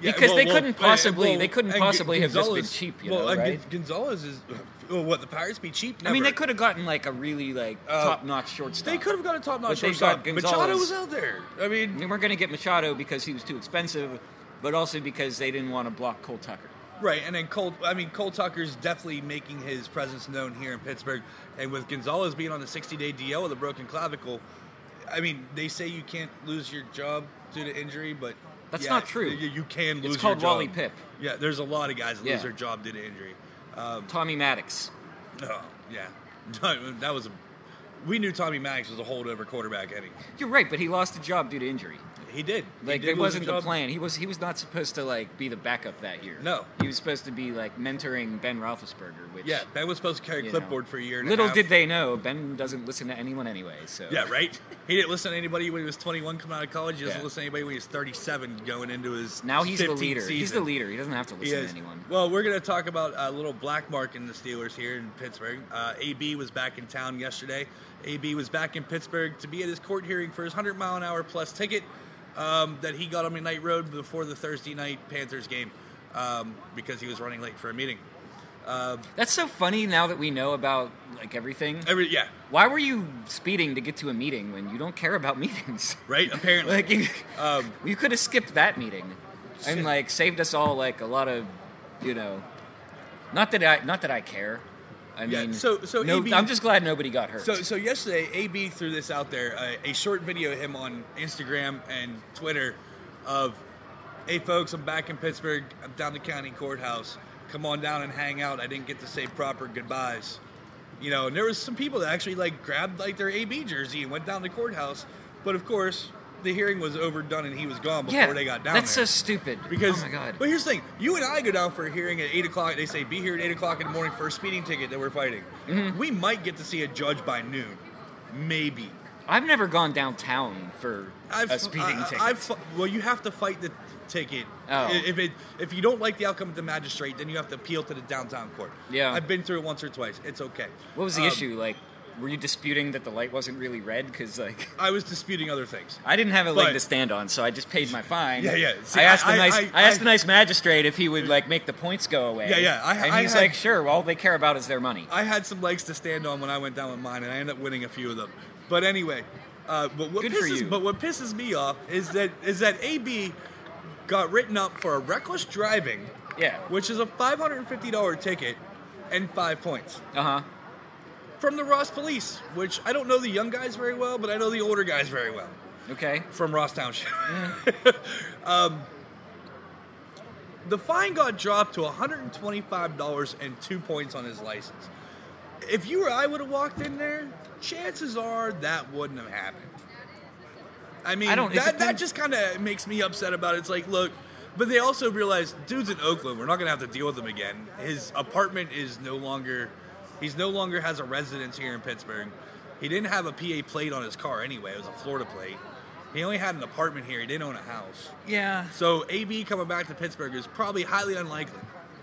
Yeah,
because they couldn't
uh,
possibly- they couldn't
and
possibly have just been
Gonzalez-
cheap, you
well,
know,
and Gon-
right?
Gonzalez is well, what the Pirates be cheap. Never.
I mean, they could have gotten like a really like
Uh,
top notch shortstop.
They could have got a top notch
But they
shortstop.
got
Machado
Gonzalez.
was out there. I mean,
We weren't going to get Machado because he was too expensive, but also because they didn't want to block Cole Tucker.
Right, and then Cole. I mean, Cole Tucker's definitely making his presence known here in Pittsburgh, and with Gonzalez being on the 60-day DL with a broken clavicle, I mean, they say you can't lose your job due to injury, but
That's
yeah,
not true.
You, you can
It's
lose.
called
your job.
Wally Pipp.
Yeah, there's a lot of guys that
Yeah.
lose their job due to injury. Um,
Tommy Maddox.
oh, yeah, that was. A, we knew Tommy Maddox was a holdover quarterback. Eddie,
You're right, but he lost a job due to injury.
he did. He
Like
did
it
lose
wasn't
his
the
job.
plan. He was he was not supposed to like be the backup that year.
No.
he was supposed to be like mentoring Ben Roethlisberger. Which
Yeah, Ben was supposed to carry
you know,
clipboard for a year. And
little
a half.
did they know Ben doesn't listen to anyone anyway. So
Yeah, right. He didn't listen to anybody when he was 21 coming out of college. He doesn't
Yeah.
listen to anybody when he's 37 going into his
now he's the
15th
leader. He's the
season.
leader. He doesn't have to
He
listen to
is.
anyone.
Well, we're going to talk about a little black mark in the Steelers here in Pittsburgh. Uh, AB was back in town yesterday. AB was back in Pittsburgh to be at his court hearing for his 100 mile an hour plus ticket um, that he got on Midnight Road before the Thursday night Panthers game um, because he was running late for a meeting.
That's so funny now that we know about like everything.
Every yeah,
Why were you speeding to get to a meeting when you don't care about meetings?
right. Apparently,
like you,
um,
you could have skipped that meeting
Shit.
and like saved us all like a lot of you know not that i not that i care i
Yeah,
mean
so- so
no,
AB
i'm just glad nobody got hurt
So, so yesterday, AB threw this out there uh, a short video of him on Instagram and Twitter of, hey folks, I'm back in Pittsburgh. I'm down the county courthouse. Come on down and hang out. I didn't get to say proper goodbyes. You know, and there was some people that actually like grabbed like their AB jersey and went down to courthouse. But of course, the hearing was overdone and he was gone before
yeah
they got down
that's
there.
so stupid
Because,
oh my god
but here's the thing: you and I go down for a hearing at eight o'clock. They say be here at eight o'clock in the morning for a speeding ticket that we're fighting.
Mm-hmm.
We might get to see a judge by noon, maybe.
i've never gone downtown for
I've,
a speeding
I-
ticket
I've fu- well, you have to fight the ticket.
Oh.
I- If it if you don't like the outcome of the magistrate, then you have to appeal to the downtown court.
Yeah.
I've been through it once or twice. It's okay.
what was the
Um,
issue like were you disputing that the light wasn't really red because like
I was disputing other things.
I didn't have a leg
But-
to stand on, so I just paid my fine.
Yeah, yeah. See,
I asked
I-
the nice,
I-
I,
I-
asked the nice magistrate if he would like make the points go away.
Yeah, yeah, I-
and
I
he's
had- Uh,
like, sure. All they care about is their money.
I had some legs to stand on when I went down with mine, and I ended up winning a few of them. But anyway, uh, but what
Good for
pisses
you.
but what pisses me off is that is that AB got written up for a reckless driving,
yeah.
which is a five hundred and fifty dollar ticket and five points
Uh huh.
from the Ross Police, which I don't know the young guys very well, but I know the older guys very well
Okay.
from Ross Township. um, the fine got dropped to $125 and two points on his license. If you or I would have walked in there, chances are that wouldn't have happened. I mean,
I don't- it
that, that
depends-
just kind of makes me upset about it. It's like, look, but they also realize, dude's in Oakland. We're not going to have to deal with him again. His apartment is no longer, he's no longer has a residence here in Pittsburgh. He didn't have a PA plate on his car anyway. It was a Florida plate. He only had an apartment here. He didn't own a house.
Yeah.
So AB coming back to Pittsburgh is probably highly unlikely.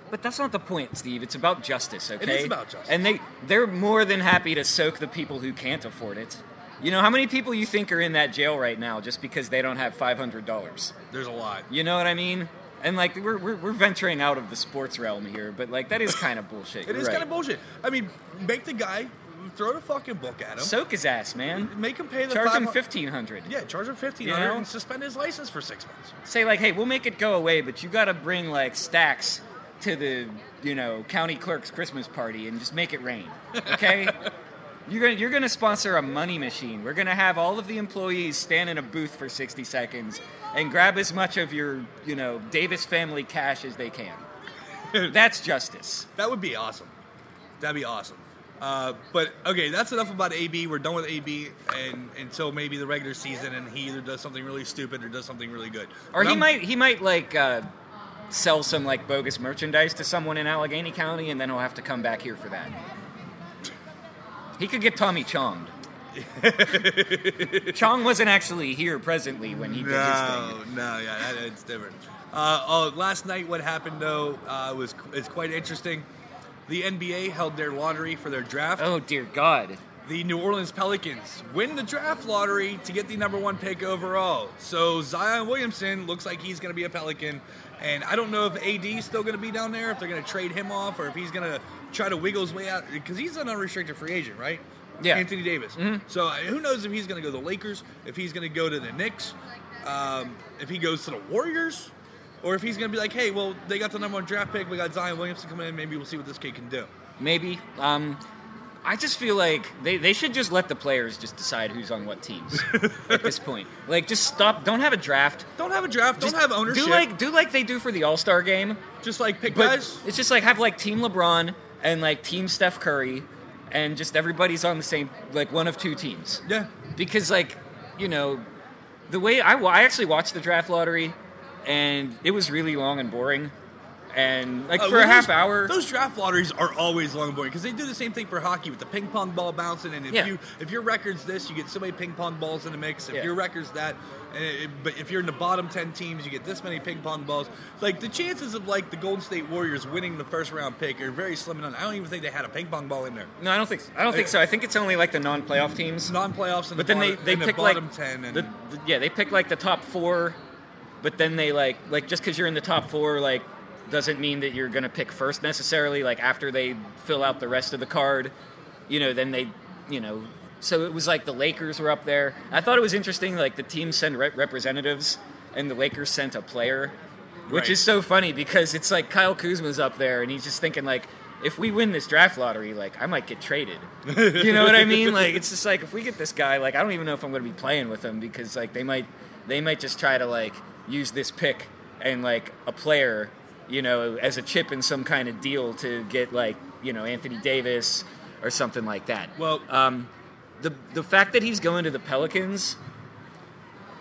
But that's not the point, Steve. It's about justice, okay?
about justice.
And they they're more than happy to soak the people who can't afford it. You know how many people you think are in that jail right now just because they don't have five hundred dollars?
There's a lot.
You know what I mean? And like we're, we're, we're venturing out of the sports realm here, but like that is kind of bullshit.
It is kind of bullshit. I mean, make the guy throw the fucking book at him.
Soak his ass, man.
make him pay the
Charge him
500
fifteen hundred.
Yeah, charge him fifteen hundred
You know?
and suspend his license for six months.
Say like, hey, we'll make it go away, but you got to bring like stacks to the you know county clerk's Christmas party and just make it rain, okay? You're gonna, you're gonna sponsor a money machine. We're gonna have all of the employees stand in a booth for 60 seconds and grab as much of your, you know, Davis family cash as they can. That's justice.
That would be awesome. That'd be awesome. Uh, but okay, that's enough about AB. We're done with AB, and until maybe the regular season, and he either does something really stupid or does something really good.
Or
But
he
I'm-
might he might like uh, sell some like bogus merchandise to someone in Allegheny County, and then he'll have to come back here for that. He could get Tommy Chonged. Chong wasn't actually here presently when he did his
No, no, yeah, that, it's different. Uh, oh, last night, what happened though uh, was is quite interesting. The NBA held their lottery for their draft.
thing. Oh dear God!
The New Orleans Pelicans win the draft lottery to get the number one pick overall. So Zion Williamson looks like he's going to be a Pelican, and I don't know if AD's still going to be down there, if they're going to trade him off, or if he's going to try to wiggle his way out because he's an unrestricted free agent, right?
Yeah. Mm-hmm.
Anthony Davis. So uh, who knows if he's going to go to the Lakers, if he's going to go to the Knicks, um, if he goes to the Warriors, or if he's going to be like, hey, well, they got the number one draft pick, we got Zion Williamson coming in, maybe we'll see what this kid can do.
Maybe. Um, I just feel like they, they should just let the players just decide who's on what teams at this point. Like, just stop. Don't have a draft.
Don't have a draft. Don't
Just
have ownership.
Do like do like they do for the All Star game.
just like pick
But
guys.
it's just like have like Team LeBron and like Team Steph Curry, and just everybody's on the same like one of two teams.
Yeah.
Because like you know, the way I wa- I actually watched the draft lottery, and it was really long and boring, and like
Uh,
for
well,
a half
those-
hour.
Those draft lotteries are always long and boring because they do the same thing for hockey with the ping pong ball bouncing. And if
Yeah.
you if your record's this, you get so many ping pong balls in the mix. If
Yeah.
your record's that, and it, but if you're in the bottom ten teams, you get this many ping pong balls. Like the chances of like the Golden State Warriors winning the first round pick are very slim and none. I don't even think they had a ping pong ball in there.
no, I don't think so. I don't think so. I think it's only like the non-playoff teams.
Non playoffs,
but then they they
in the
pick
bottom
like
ten, and
the, the- yeah they pick like the top four, but then they like like just because you're in the top four like doesn't mean that you're gonna pick first necessarily. Like after they fill out the rest of the card, you know, then they you know. So it was like the Lakers were up there. I thought it was interesting. Like the teams send re- representatives, and the Lakers sent a player, which
Right.
is so funny because it's like Kyle Kuzma's up there, and he's just thinking like. If we win this draft lottery, like I might get traded. You know what I mean? Like it's just like if we get this guy, like I don't even know if I'm going to be playing with him because like they might they might just try to like use this pick and like a player, you know, as a chip in some kind of deal to get like you know Anthony Davis or something like that.
Well-
um, the the fact that he's going to the Pelicans,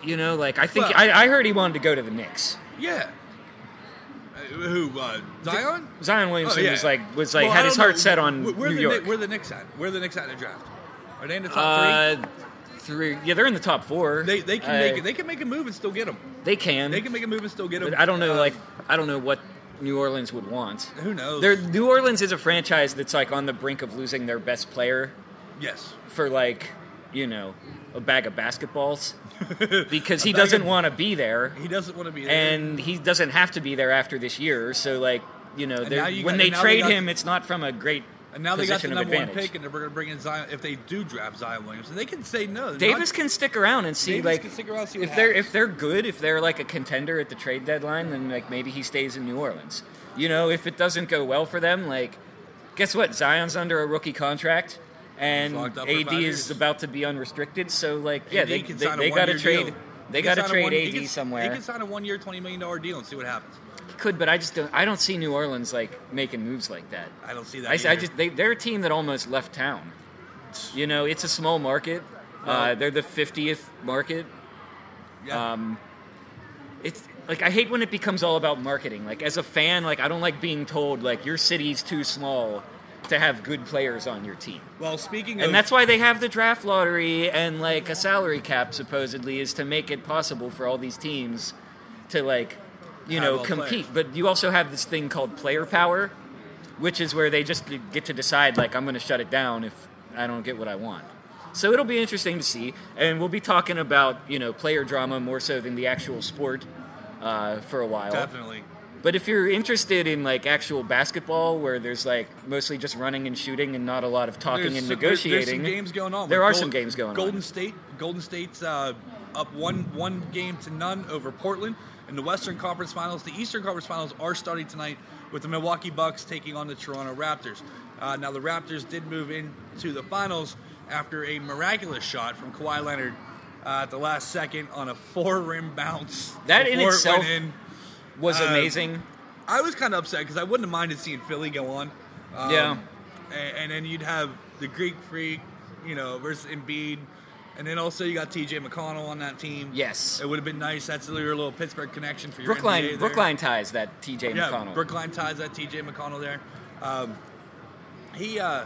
you know, like I think
Well-
I, I heard he wanted to go to the Knicks.
yeah. Uh, who uh, Zion?
Zion Williamson
Oh, yeah.
was like was like
Well, I
had his
don't
heart
know.
set on
Where- where
New
the,
York.
Kni- Where the Knicks at? Where the Knicks at in the draft? Are they in the top three?
uh, three. Yeah, they're in the top four.
They, they can
Uh,
make it, they can make a move and still get them.
They can.
They can make a move and still get them.
But I don't know. Like I don't know what New Orleans would want.
who knows?
They're, New Orleans is a franchise that's like on the brink of losing their best player
yes,
for like you know a bag of basketballs because he
bag
doesn't
of-
want to be there
he doesn't want to be. There.
and he doesn't have to be there after this year. So like you know
And
they're-
now you
when
got-
they
and now they
trade
got-
him, it's not from a great
And now they got the
position of
number one
advantage.
pick, and they're going to bring in Zion. If they do draft Zion Williamson, they can say no.
Davis
Not-
can stick around and see
Davis
like
can stick around and see what
if they're
happens.
if they're good, if they're like a contender at the trade deadline, then like maybe he stays in New Orleans. You know, if it doesn't go well for them, like guess what? Zion's under a rookie contract and
He's locked up for
AD
five
is
years.
about to be unrestricted, so like yeah,
AD
they
can
they,
sign a
they got to
one-year
trade
deal.
they
He
got
can
to
sign a
trade
one-
AD
he can- He
somewhere.
can sign a one-year, twenty million dollar deal and see what happens.
Could, but I just don't I don't see New Orleans like making moves like that.
I don't see that.
I, I
either.
just they, they're a team that almost left town. You know, it's a small market. Uh,
Well-
they're the 50th market
yeah.
um, it's like I hate when it becomes all about marketing. Like as a fan, like I don't like being told like your city's too small to have good players on your team.
well, speaking of
And that's why they have the draft lottery and like a salary cap supposedly is to make it possible for all these teams to like you
High
know
ball
compete, but you also have this thing called player power, which is where they just get to decide like I'm going to shut it down if I don't get what I want. So it'll be interesting to see, and we'll be talking about you know player drama more so than the actual sport uh, for a while.
Definitely.
But if you're interested in like actual basketball, where there's like mostly just running and shooting and not a lot of talking and
some-
negotiating,
There's, some games going on.
There
Like
are
Gold-
some games going
Golden
on.
State, Golden State's uh, up one one game to none over Portland in the Western Conference Finals. The Eastern Conference Finals are starting tonight with the Milwaukee Bucks taking on the Toronto Raptors. Uh, now the Raptors did move into the finals after a miraculous shot from Kawhi Leonard uh, at the last second on a four rim bounce.
That in
before it
itself-
went in.
Was
Uh,
amazing.
I was kind of upset because I wouldn't have minded seeing Philly go on. Um,
Yeah.
a- And, then you'd have the Greek Freak, you know, versus Embiid, and then also you got T.J. McConnell on that team.
Yes.
it would have been nice. That's your little Pittsburgh connection for your NBA
Brookline,
there.
Brookline ties that T.J.
yeah,
McConnell.
Brookline ties that T.J. McConnell there. Um, he uh,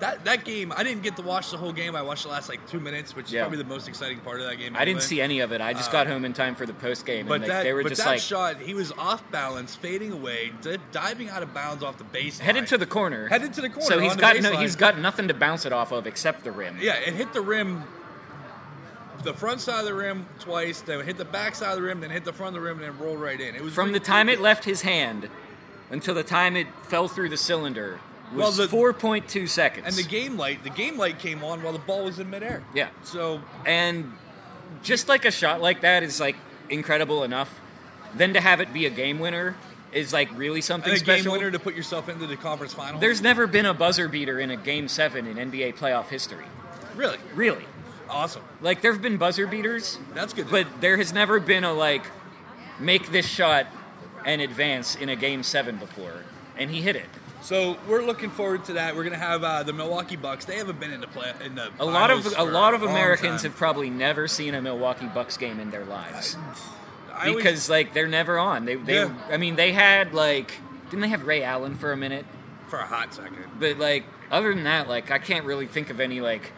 that that game, I didn't get to watch the whole game. I watched the last like two minutes, which
Yeah.
is probably the most exciting part of that game.
I didn't
anyway.
see any of it. I just
Uh,
got home in time for the post game,
But
and they,
that,
they were
but
just
that
like
shot, he was off balance, fading away, di- diving out of bounds off the base.
headed
line.
to the corner.
Headed to the corner.
So he's
on the
got no,
baseline.
he's got nothing to bounce it off of except the rim.
Yeah, it hit the rim, the front side of the rim twice, then hit the back side of the rim, then hit the front of the rim, and then rolled right in. It was
From the
really-
time it left his hand until the time it fell through the cylinder was
Well, the-
4.2 seconds.
and the game light, the game light came on while the ball was in midair.
Yeah.
So
and just like a shot like that is like incredible enough. Then to have it be a game winner is like really something
and a
special.
game winner to put yourself into the conference final.
There's never been a buzzer beater in a game seven in NBA playoff history.
really
Really.
awesome.
Like there have been buzzer beaters,
That's good.
but there has never been a like make this shot and advance in a game seven before. And he hit it.
so we're looking forward to that. We're gonna have uh, the Milwaukee Bucks. They haven't been in the play in the
A lot of
finals
a
for
lot of
long
Americans
time.
have probably never seen a Milwaukee Bucks game in their lives.
I always-
because like they're never on. They they
Yeah.
I mean they had like didn't they have Ray Allen for a minute?
for a hot second.
But like other than that, like I can't really think of any like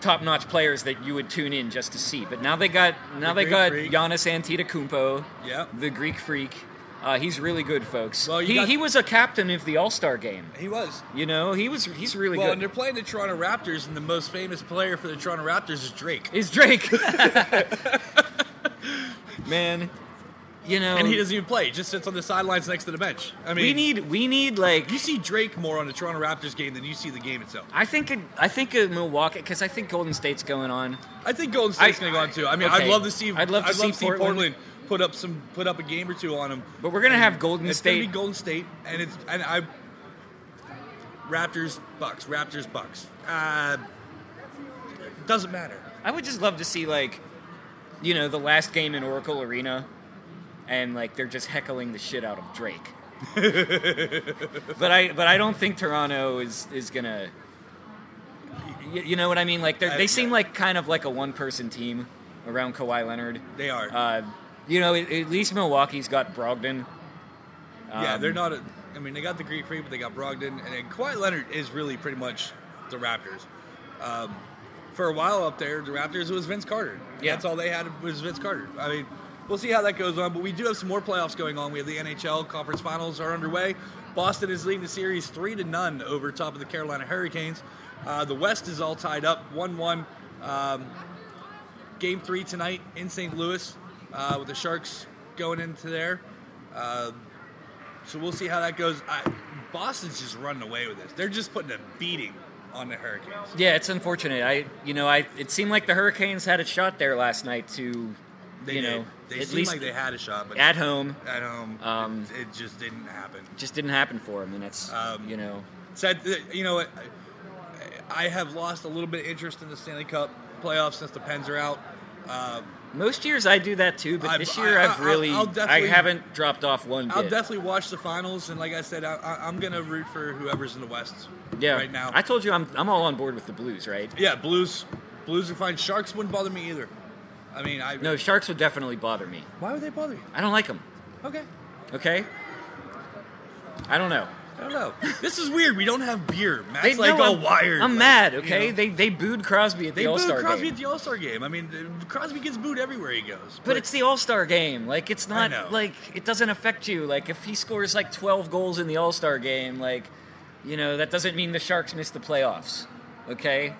top notch players that you would tune in just to see. But now they got now
The
they
Greek
got
Freak.
Giannis Antetokounmpo,
Yep.
the Greek freak. Uh, he's really good, folks.
Well, you
he,
got-
he was a captain of the All Star game.
He was.
You know, he was he's really
Well, and they're
good.
playing the Toronto Raptors, and the most famous player for the Toronto Raptors is Drake.
Is Drake? Man, you know,
And he doesn't even play; he just sits on the sidelines next to the bench. I mean,
we need we need like
you see Drake more on the Toronto Raptors game than you see the game itself.
I think it, I think of Milwaukee because I think Golden State's going on.
I think Golden State's
I-
going to go on too. I mean,
okay.
I'd love to see.
I'd love to see Portland.
put up some put up a game or two on them.
But we're gonna have Golden
it's
State.
Gonna be Golden State, and it's and I. Raptors Bucks. Raptors Bucks. Uh, doesn't matter.
I would just love to see like, you know, the last game in Oracle Arena, and like they're just heckling the shit out of Drake. but I but I don't think Toronto is is gonna. You, you know what I mean? Like they're,
I-
they seem like kind of like a one person team around Kawhi Leonard.
They are.
Uh, you know, at, at least Milwaukee's got Brogdon.
Yeah,
Um,
they're not. A, I mean, they got the Greek Freak, but they got Brogdon, and then Kawhi Leonard is really pretty much the Raptors. Um, for a while up there, the Raptors was Vince Carter.
Yeah.
that's all they had was Vince Carter. I mean, we'll see how that goes on, but we do have some more playoffs going on. We have the NHL conference finals are underway. Boston is leading the series three to none over top of the Carolina Hurricanes. Uh, the West is all tied up one one. Um, game three tonight in St. Louis uh, with the Sharks going into there. Uh, so we'll see how that goes. I, Boston's just running away with this. They're just putting a beating on the Hurricanes.
Yeah, it's unfortunate. I, you know, I. It seemed like the Hurricanes had a shot there last night to,
They
you
did.
know,
they
at
seemed
least
like they had a shot, but
at home,
at home,
Um,
it, it just didn't happen.
just didn't happen for them, and that's,
Um,
you know,
Said that- you know, what, I, I have lost a little bit of interest in the Stanley Cup playoffs since the Pens are out. Um,
most years I do that too, but
I've-
this year I,
I-
have
I-
really,
I'll
I
definitely-
haven't dropped off one
I'll
bit.
definitely watch the finals, and like I said, I, I, I'm gonna root for whoever's in the West
yeah,
right now.
I told you I'm, I'm all on board with the Blues, right?
yeah, Blues, Blues are fine. Sharks wouldn't bother me either. I mean, I
No, Sharks would definitely bother me.
Why would they bother you?
I don't like them.
Okay.
Okay, I don't know.
I don't know. This is weird. We don't have beer. Matt's
They
like
no,
all
I'm,
wired.
I'm
like,
mad.
you
Okay,
know?
they they booed Crosby at
They
the All
booed
Star
Crosby
game.
at the All Star game. I mean, uh, Crosby gets booed everywhere he goes.
But it's the All Star game. Like it's
I
not
know.
like it doesn't affect you. Like if he scores like twelve goals in the All Star game, like you know that doesn't mean the Sharks miss the playoffs. Okay.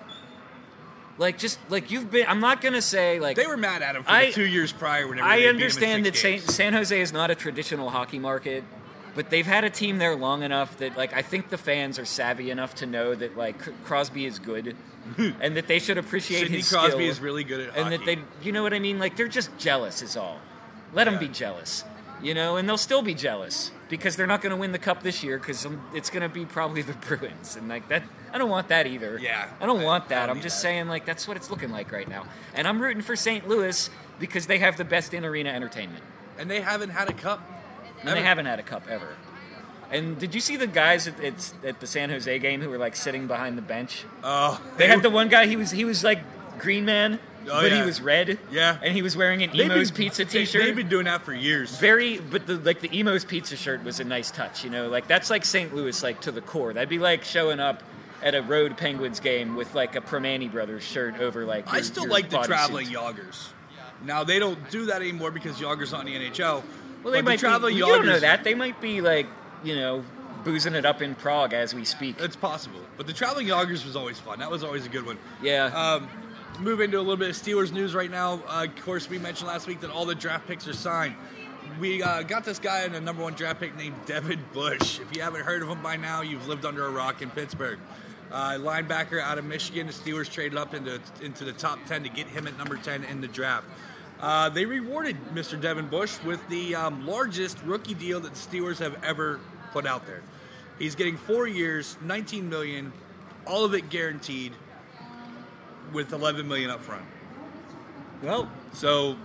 Like just like you've been. I'm not gonna say like
they were mad at him for
I-
the two years prior. Whenever they
I
beat him in
understand that
six
San,
games.
San Jose is not a traditional hockey market, but they've had a team there long enough that like I think the fans are savvy enough to know that like C- Crosby is good, and that they should appreciate
Sidney
his
Crosby
skill,
is really good at
and that
hockey.
they, you know what I mean? Like they're just jealous is all. Let them
Yeah.
be jealous, you know, and they'll still be jealous because they're not going to win the cup this year because it's going to be probably the Bruins, and like that. I don't want that either.
Yeah.
I don't
I-
want
I
that.
don't
I'm
need
just
that.
saying saying like that's what it's looking like right now. And I'm rooting for St. Louis because they have the best in arena entertainment.
and they haven't had a cup.
And
Ever.
they haven't had a cup ever. And did you see the guys at, at, at the San Jose game who were like sitting behind the bench?
Oh,
They had the one guy he was he was like green man,
Oh,
but
yeah.
he was red.
Yeah.
And he was wearing an
They've
Emo's
been-
pizza
they-
t-shirt.
They've been doing that for years.
very but the like the emo's pizza shirt was a nice touch you know like that's like st louis like to the core that'd be like showing up at a road penguins game with like a Permani brothers shirt over like
I
your-
still
your
like the
bodysuit.
traveling Yoggers. Now they don't do that anymore because Yoggers on the NHL.
well they
but
might
the traveling
be,
Yoggers.
you don't know that they might be like you know boozing it up in prague as we speak
It's possible, but the traveling Yoggers was always fun. That was always a good one.
yeah
Um, move into a little bit of Steelers news right now. Uh, of course, we mentioned last week that all the draft picks are signed. We uh, got this guy in a number one draft pick named Devin Bush. If you haven't heard of him by now, you've lived under a rock in Pittsburgh. Uh, linebacker out of Michigan, the Steelers traded up into into the top ten to get him at number ten in the draft. Uh, they rewarded Mr. Devin Bush with the um, largest rookie deal that the Steelers have ever put out there. He's getting four years, 19 million, all of it guaranteed with 11 million up front.
well
So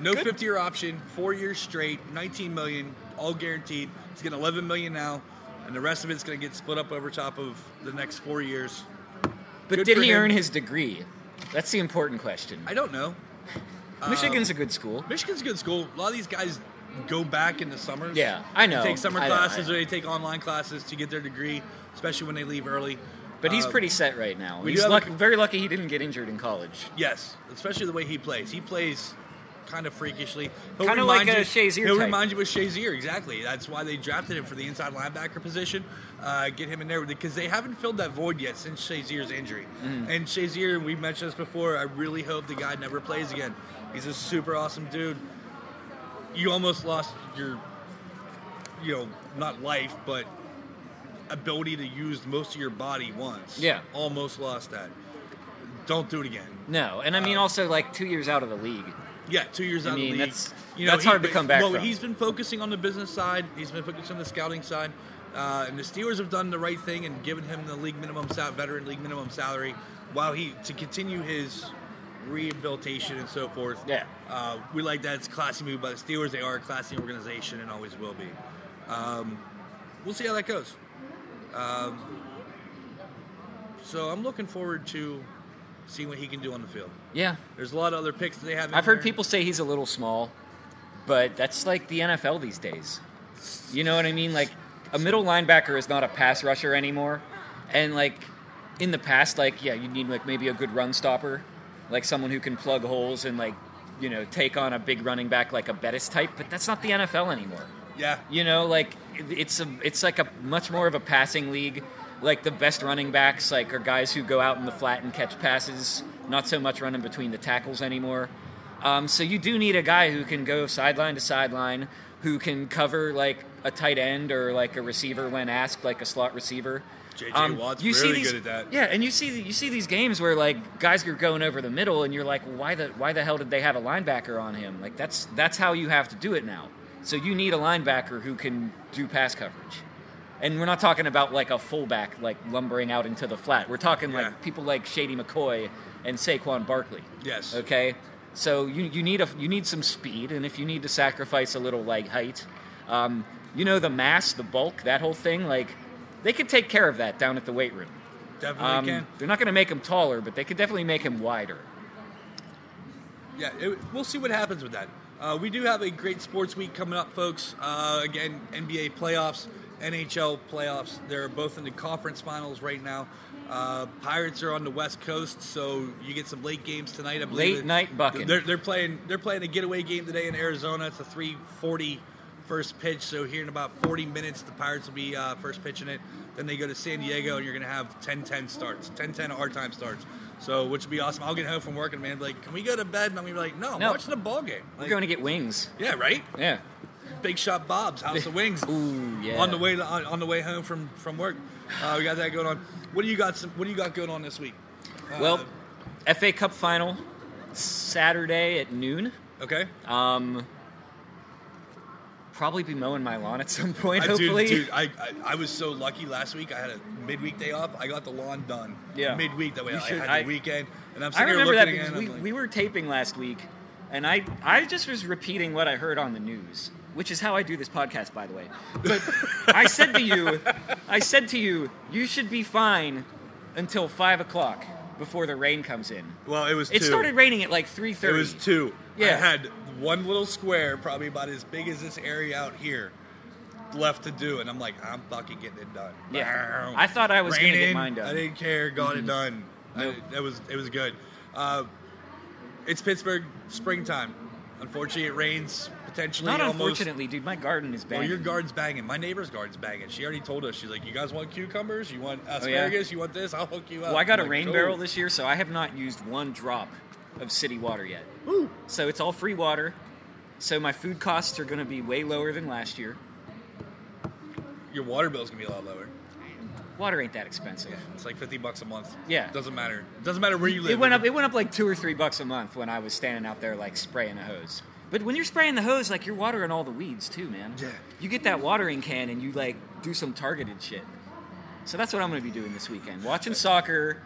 no
Good.
50 year option, 4 years straight, 19 million all guaranteed. He's getting 11 million now and the rest of it's going to get split up over top of the next 4 years.
but
good
did
for
he
him.
earn his degree that's the important question
I uh, don't know.
michigan's a good school
Michigan's a good school. A lot of these guys go back in the summers.
Yeah, I know.
They take summer
I know, I
classes
know.
or they take online classes to get their degree, especially when they leave early.
but he's
Um,
pretty set right now
we do
he's
have a
luck-
c-
very lucky he didn't get injured in college
Yes, especially the way he plays. He plays kind of freakishly. He'll
Kinda
remind
like a
you-
Shazier
He'll
type.
remind you of Shazier, exactly. That's why they drafted him for the inside linebacker position. Uh, get him in there because they haven't filled that void yet since Shazier's injury.
Mm.
And Shazier, we mentioned this before. I really hope the guy never plays again. He's a super awesome dude. You almost lost your, you know, not life, but ability to use most of your body once.
Yeah.
almost lost that. Don't do it again.
no and i mean also like two years out of the league
Yeah, two years
I
out
mean,
of the league.
that's- that's hard to
he-
come back
Well,
from.
he's been focusing on the business side. He's been focusing on the scouting side, uh, and the Steelers have done the right thing and given him the league minimum sal- veteran league minimum salary, while he to continue his rehabilitation and so forth.
Yeah.
uh, we like that. It's a classy move by the Steelers. They are a classy organization and always will be. Um, we'll see how that goes. Um, so I'm looking forward to seeing what he can do on the field.
yeah
There's a lot of other picks that they have. in
I've heard
there.
people say he's a little small, but that's like the NFL these days. You know what I mean? Like a middle linebacker is not a pass rusher anymore, and like in the past, like yeah, you need like maybe a good run stopper, like someone who can plug holes and like you know take on a big running back like a Bettis type. But that's not the NFL anymore.
Yeah.
You know, like it- it's a it's like a much more of a passing league. Like the best running backs, like are guys who go out in the flat and catch passes. Not so much running between the tackles anymore. Um, so you do need a guy who can go sideline to sideline, who can cover like a tight end or like a receiver when asked, like a slot receiver.
J.J. Watt's really
Um, these,
good at that.
Yeah, and you see you see these games where like guys are going over the middle, and you're like, why the why the hell did they have a linebacker on him? Like that's that's how you have to do it now. So you need a linebacker who can do pass coverage, and we're not talking about like a fullback like lumbering out into the flat. We're talking
Yeah.
like people like Shady McCoy and Saquon Barkley.
Yes.
Okay. So you you need a you need some speed, and if you need to sacrifice a little like height, um, you know the mass, the bulk, that whole thing, like they could take care of that down at the weight room.
Definitely
Um,
can.
they're not going to make him taller, but they could definitely make him wider.
Yeah, it, we'll see what happens with that. Uh, we do have a great sports week coming up, folks. Uh, again, NBA playoffs. NHL playoffs. They're both in the conference finals right now. Uh, Pirates are on the West Coast, so you get some late games tonight. I believe
Late night bucking.
They're, they're playing. They're playing a getaway game today in Arizona. It's a 3:40 first pitch. So here in about 40 minutes, the Pirates will be uh, first pitching it. Then they go to San Diego, and you're going to have 10-10 starts, 10-10 our time starts. So which would be awesome. I'll get home from work and man, be like, can we go to bed? And I'm gonna be like, no,
No.
watch the ball game.
We're
Like,
going to get wings.
yeah, right.
Yeah.
Big Shot Bob's House of Wings.
Ooh, yeah.
On the way to, on, on the way home from from work, uh, we got that going on. What do you got? Some, what do you got going on this week? Uh,
Well, FA Cup final Saturday at noon.
okay.
Um, probably be mowing my lawn at some point.
I,
hopefully,
dude, dude, I, I I was so lucky last week. I had a midweek day off. I got the lawn done.
Yeah.
Midweek that way.
You
I
should-
had
I-
the weekend, and I'm
I
sitting here
remember
looking
that
again.
because
and I'm
we,
like,
we were taping last week, and I I just was repeating what I heard on the news, which is how I do this podcast, by the way. But I said to you, I said to you, you should be fine until five o'clock before the rain comes in.
well, it was.
It
two.
started raining at like three
It
thirty.
was two. I
Yeah.
had one little square, probably about as big as this area out here, left to do, and I'm like, I'm fucking getting it done.
Yeah.
Bow.
I thought I was gonna get
in,
mine done. Mm-hmm.
I didn't care. Got it done. I-
Nope.
that was it was good. Uh, it's Pittsburgh springtime. Unfortunately, it rains potentially.
Not
almost-
unfortunately, dude. My garden is
Well,
bad.
Oh, your garden's banging. My neighbor's garden's banging. She already told us. She's like, "You guys want cucumbers? You want
Oh, yeah?
asparagus? You want this? I'll hook you up."
Well, I got
I'm
a
like,
rain
"Cool."
barrel this year, so I have not used one drop of city water yet.
Woo.
So it's all free water. So my food costs are going to be way lower than last year.
Your water bill's gonna be a lot lower.
Water ain't that expensive.
Yeah, it's like fifty bucks a month.
Yeah.
doesn't matter. Doesn't matter where you live.
It went up. It went up like two or three bucks a month when I was standing out there like spraying a hose. But when you're spraying the hose, like you're watering all the weeds too, man.
Yeah.
You get that watering can and you like do some targeted shit. So that's what I'm going to be doing this weekend: watching soccer,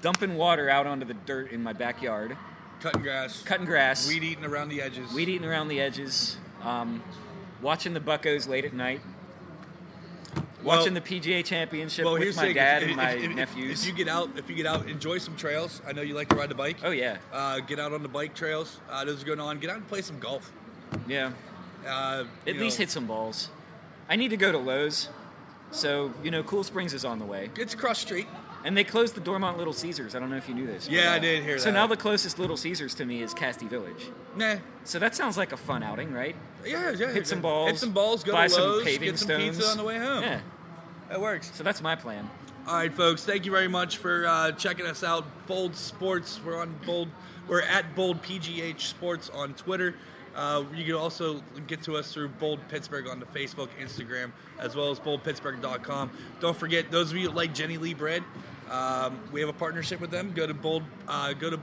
dumping water out onto the dirt in my backyard,
cutting grass,
cutting grass,
weed e- eating around the edges.
weed eating around the edges, um, watching the Buckos late at night,
Well-
watching the PGA Championship
Well,
with
here's
my
the thing,
dad
if-
and my
if- if- if-
nephews.
If you get out, if you get out, enjoy some trails. I know you like to ride the bike.
oh yeah,
Uh, get out on the bike trails. Uh, those are going on. Get out and play some golf.
yeah.
Uh,
At
you
least
know,
hit some balls. I need to go to Lowe's, so you know Cool Springs is on the way,
It's cross street.
and they closed the Dormont Little Caesars. I don't know if you knew this.
Yeah,
but,
I
uh,
did hear
So
that.
now the closest Little Caesars to me is Casti Village.
Nah.
So that sounds like a fun outing, right?
Yeah, yeah.
Hit some balls.
Hit some balls. Go
buy
to Lowe's.
some paving
get some
stones.
pizza on the way home.
Yeah.
That works.
So that's my plan.
All right, folks. Thank you very much for uh, checking us out. Bold Sports. We're on Bold. We're at Bold PGH Sports on Twitter. Uh, you can also get to us through Bold Pittsburgh on the Facebook, Instagram, as well as boldpittsburgh.com. Don't forget those of you that like Jenny Lee Bread. Um, we have a partnership with them. Go to bold. Uh, go to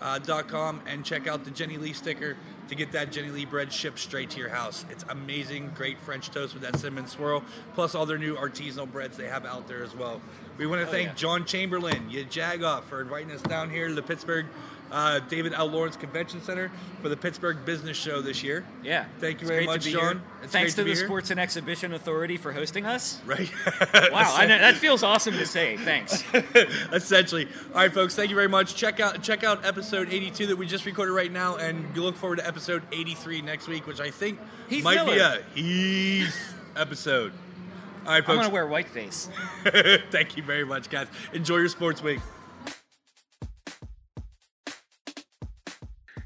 boldpgh.com and check out the Jenny Lee sticker to get that Jenny Lee bread shipped straight to your house. It's amazing, great French toast with that cinnamon swirl, plus all their new artisanal breads they have out there as well. We want to thank
Oh, yeah.
John Chamberlain, you jagoff, for inviting us down here to the Pittsburgh uh, David L. Lawrence Convention Center for the Pittsburgh Business Show this year.
Yeah.
Thank you
It's
very
great
much,
to be
John.
here.
It's
Thanks
great
to,
be
the
here.
Sports and Exhibition Authority for hosting us.
Right.
Wow, I know, that feels awesome to say. Thanks.
essentially. All right, folks. Thank you very much. Check out check out episode 82 that we just recorded right now, and look forward to episode 83 next week, which I think
Heath
might
Miller.
be a Heath episode. All right,
I'm
folks.
gonna wear white face.
Thank you very much, guys. Enjoy your sports week.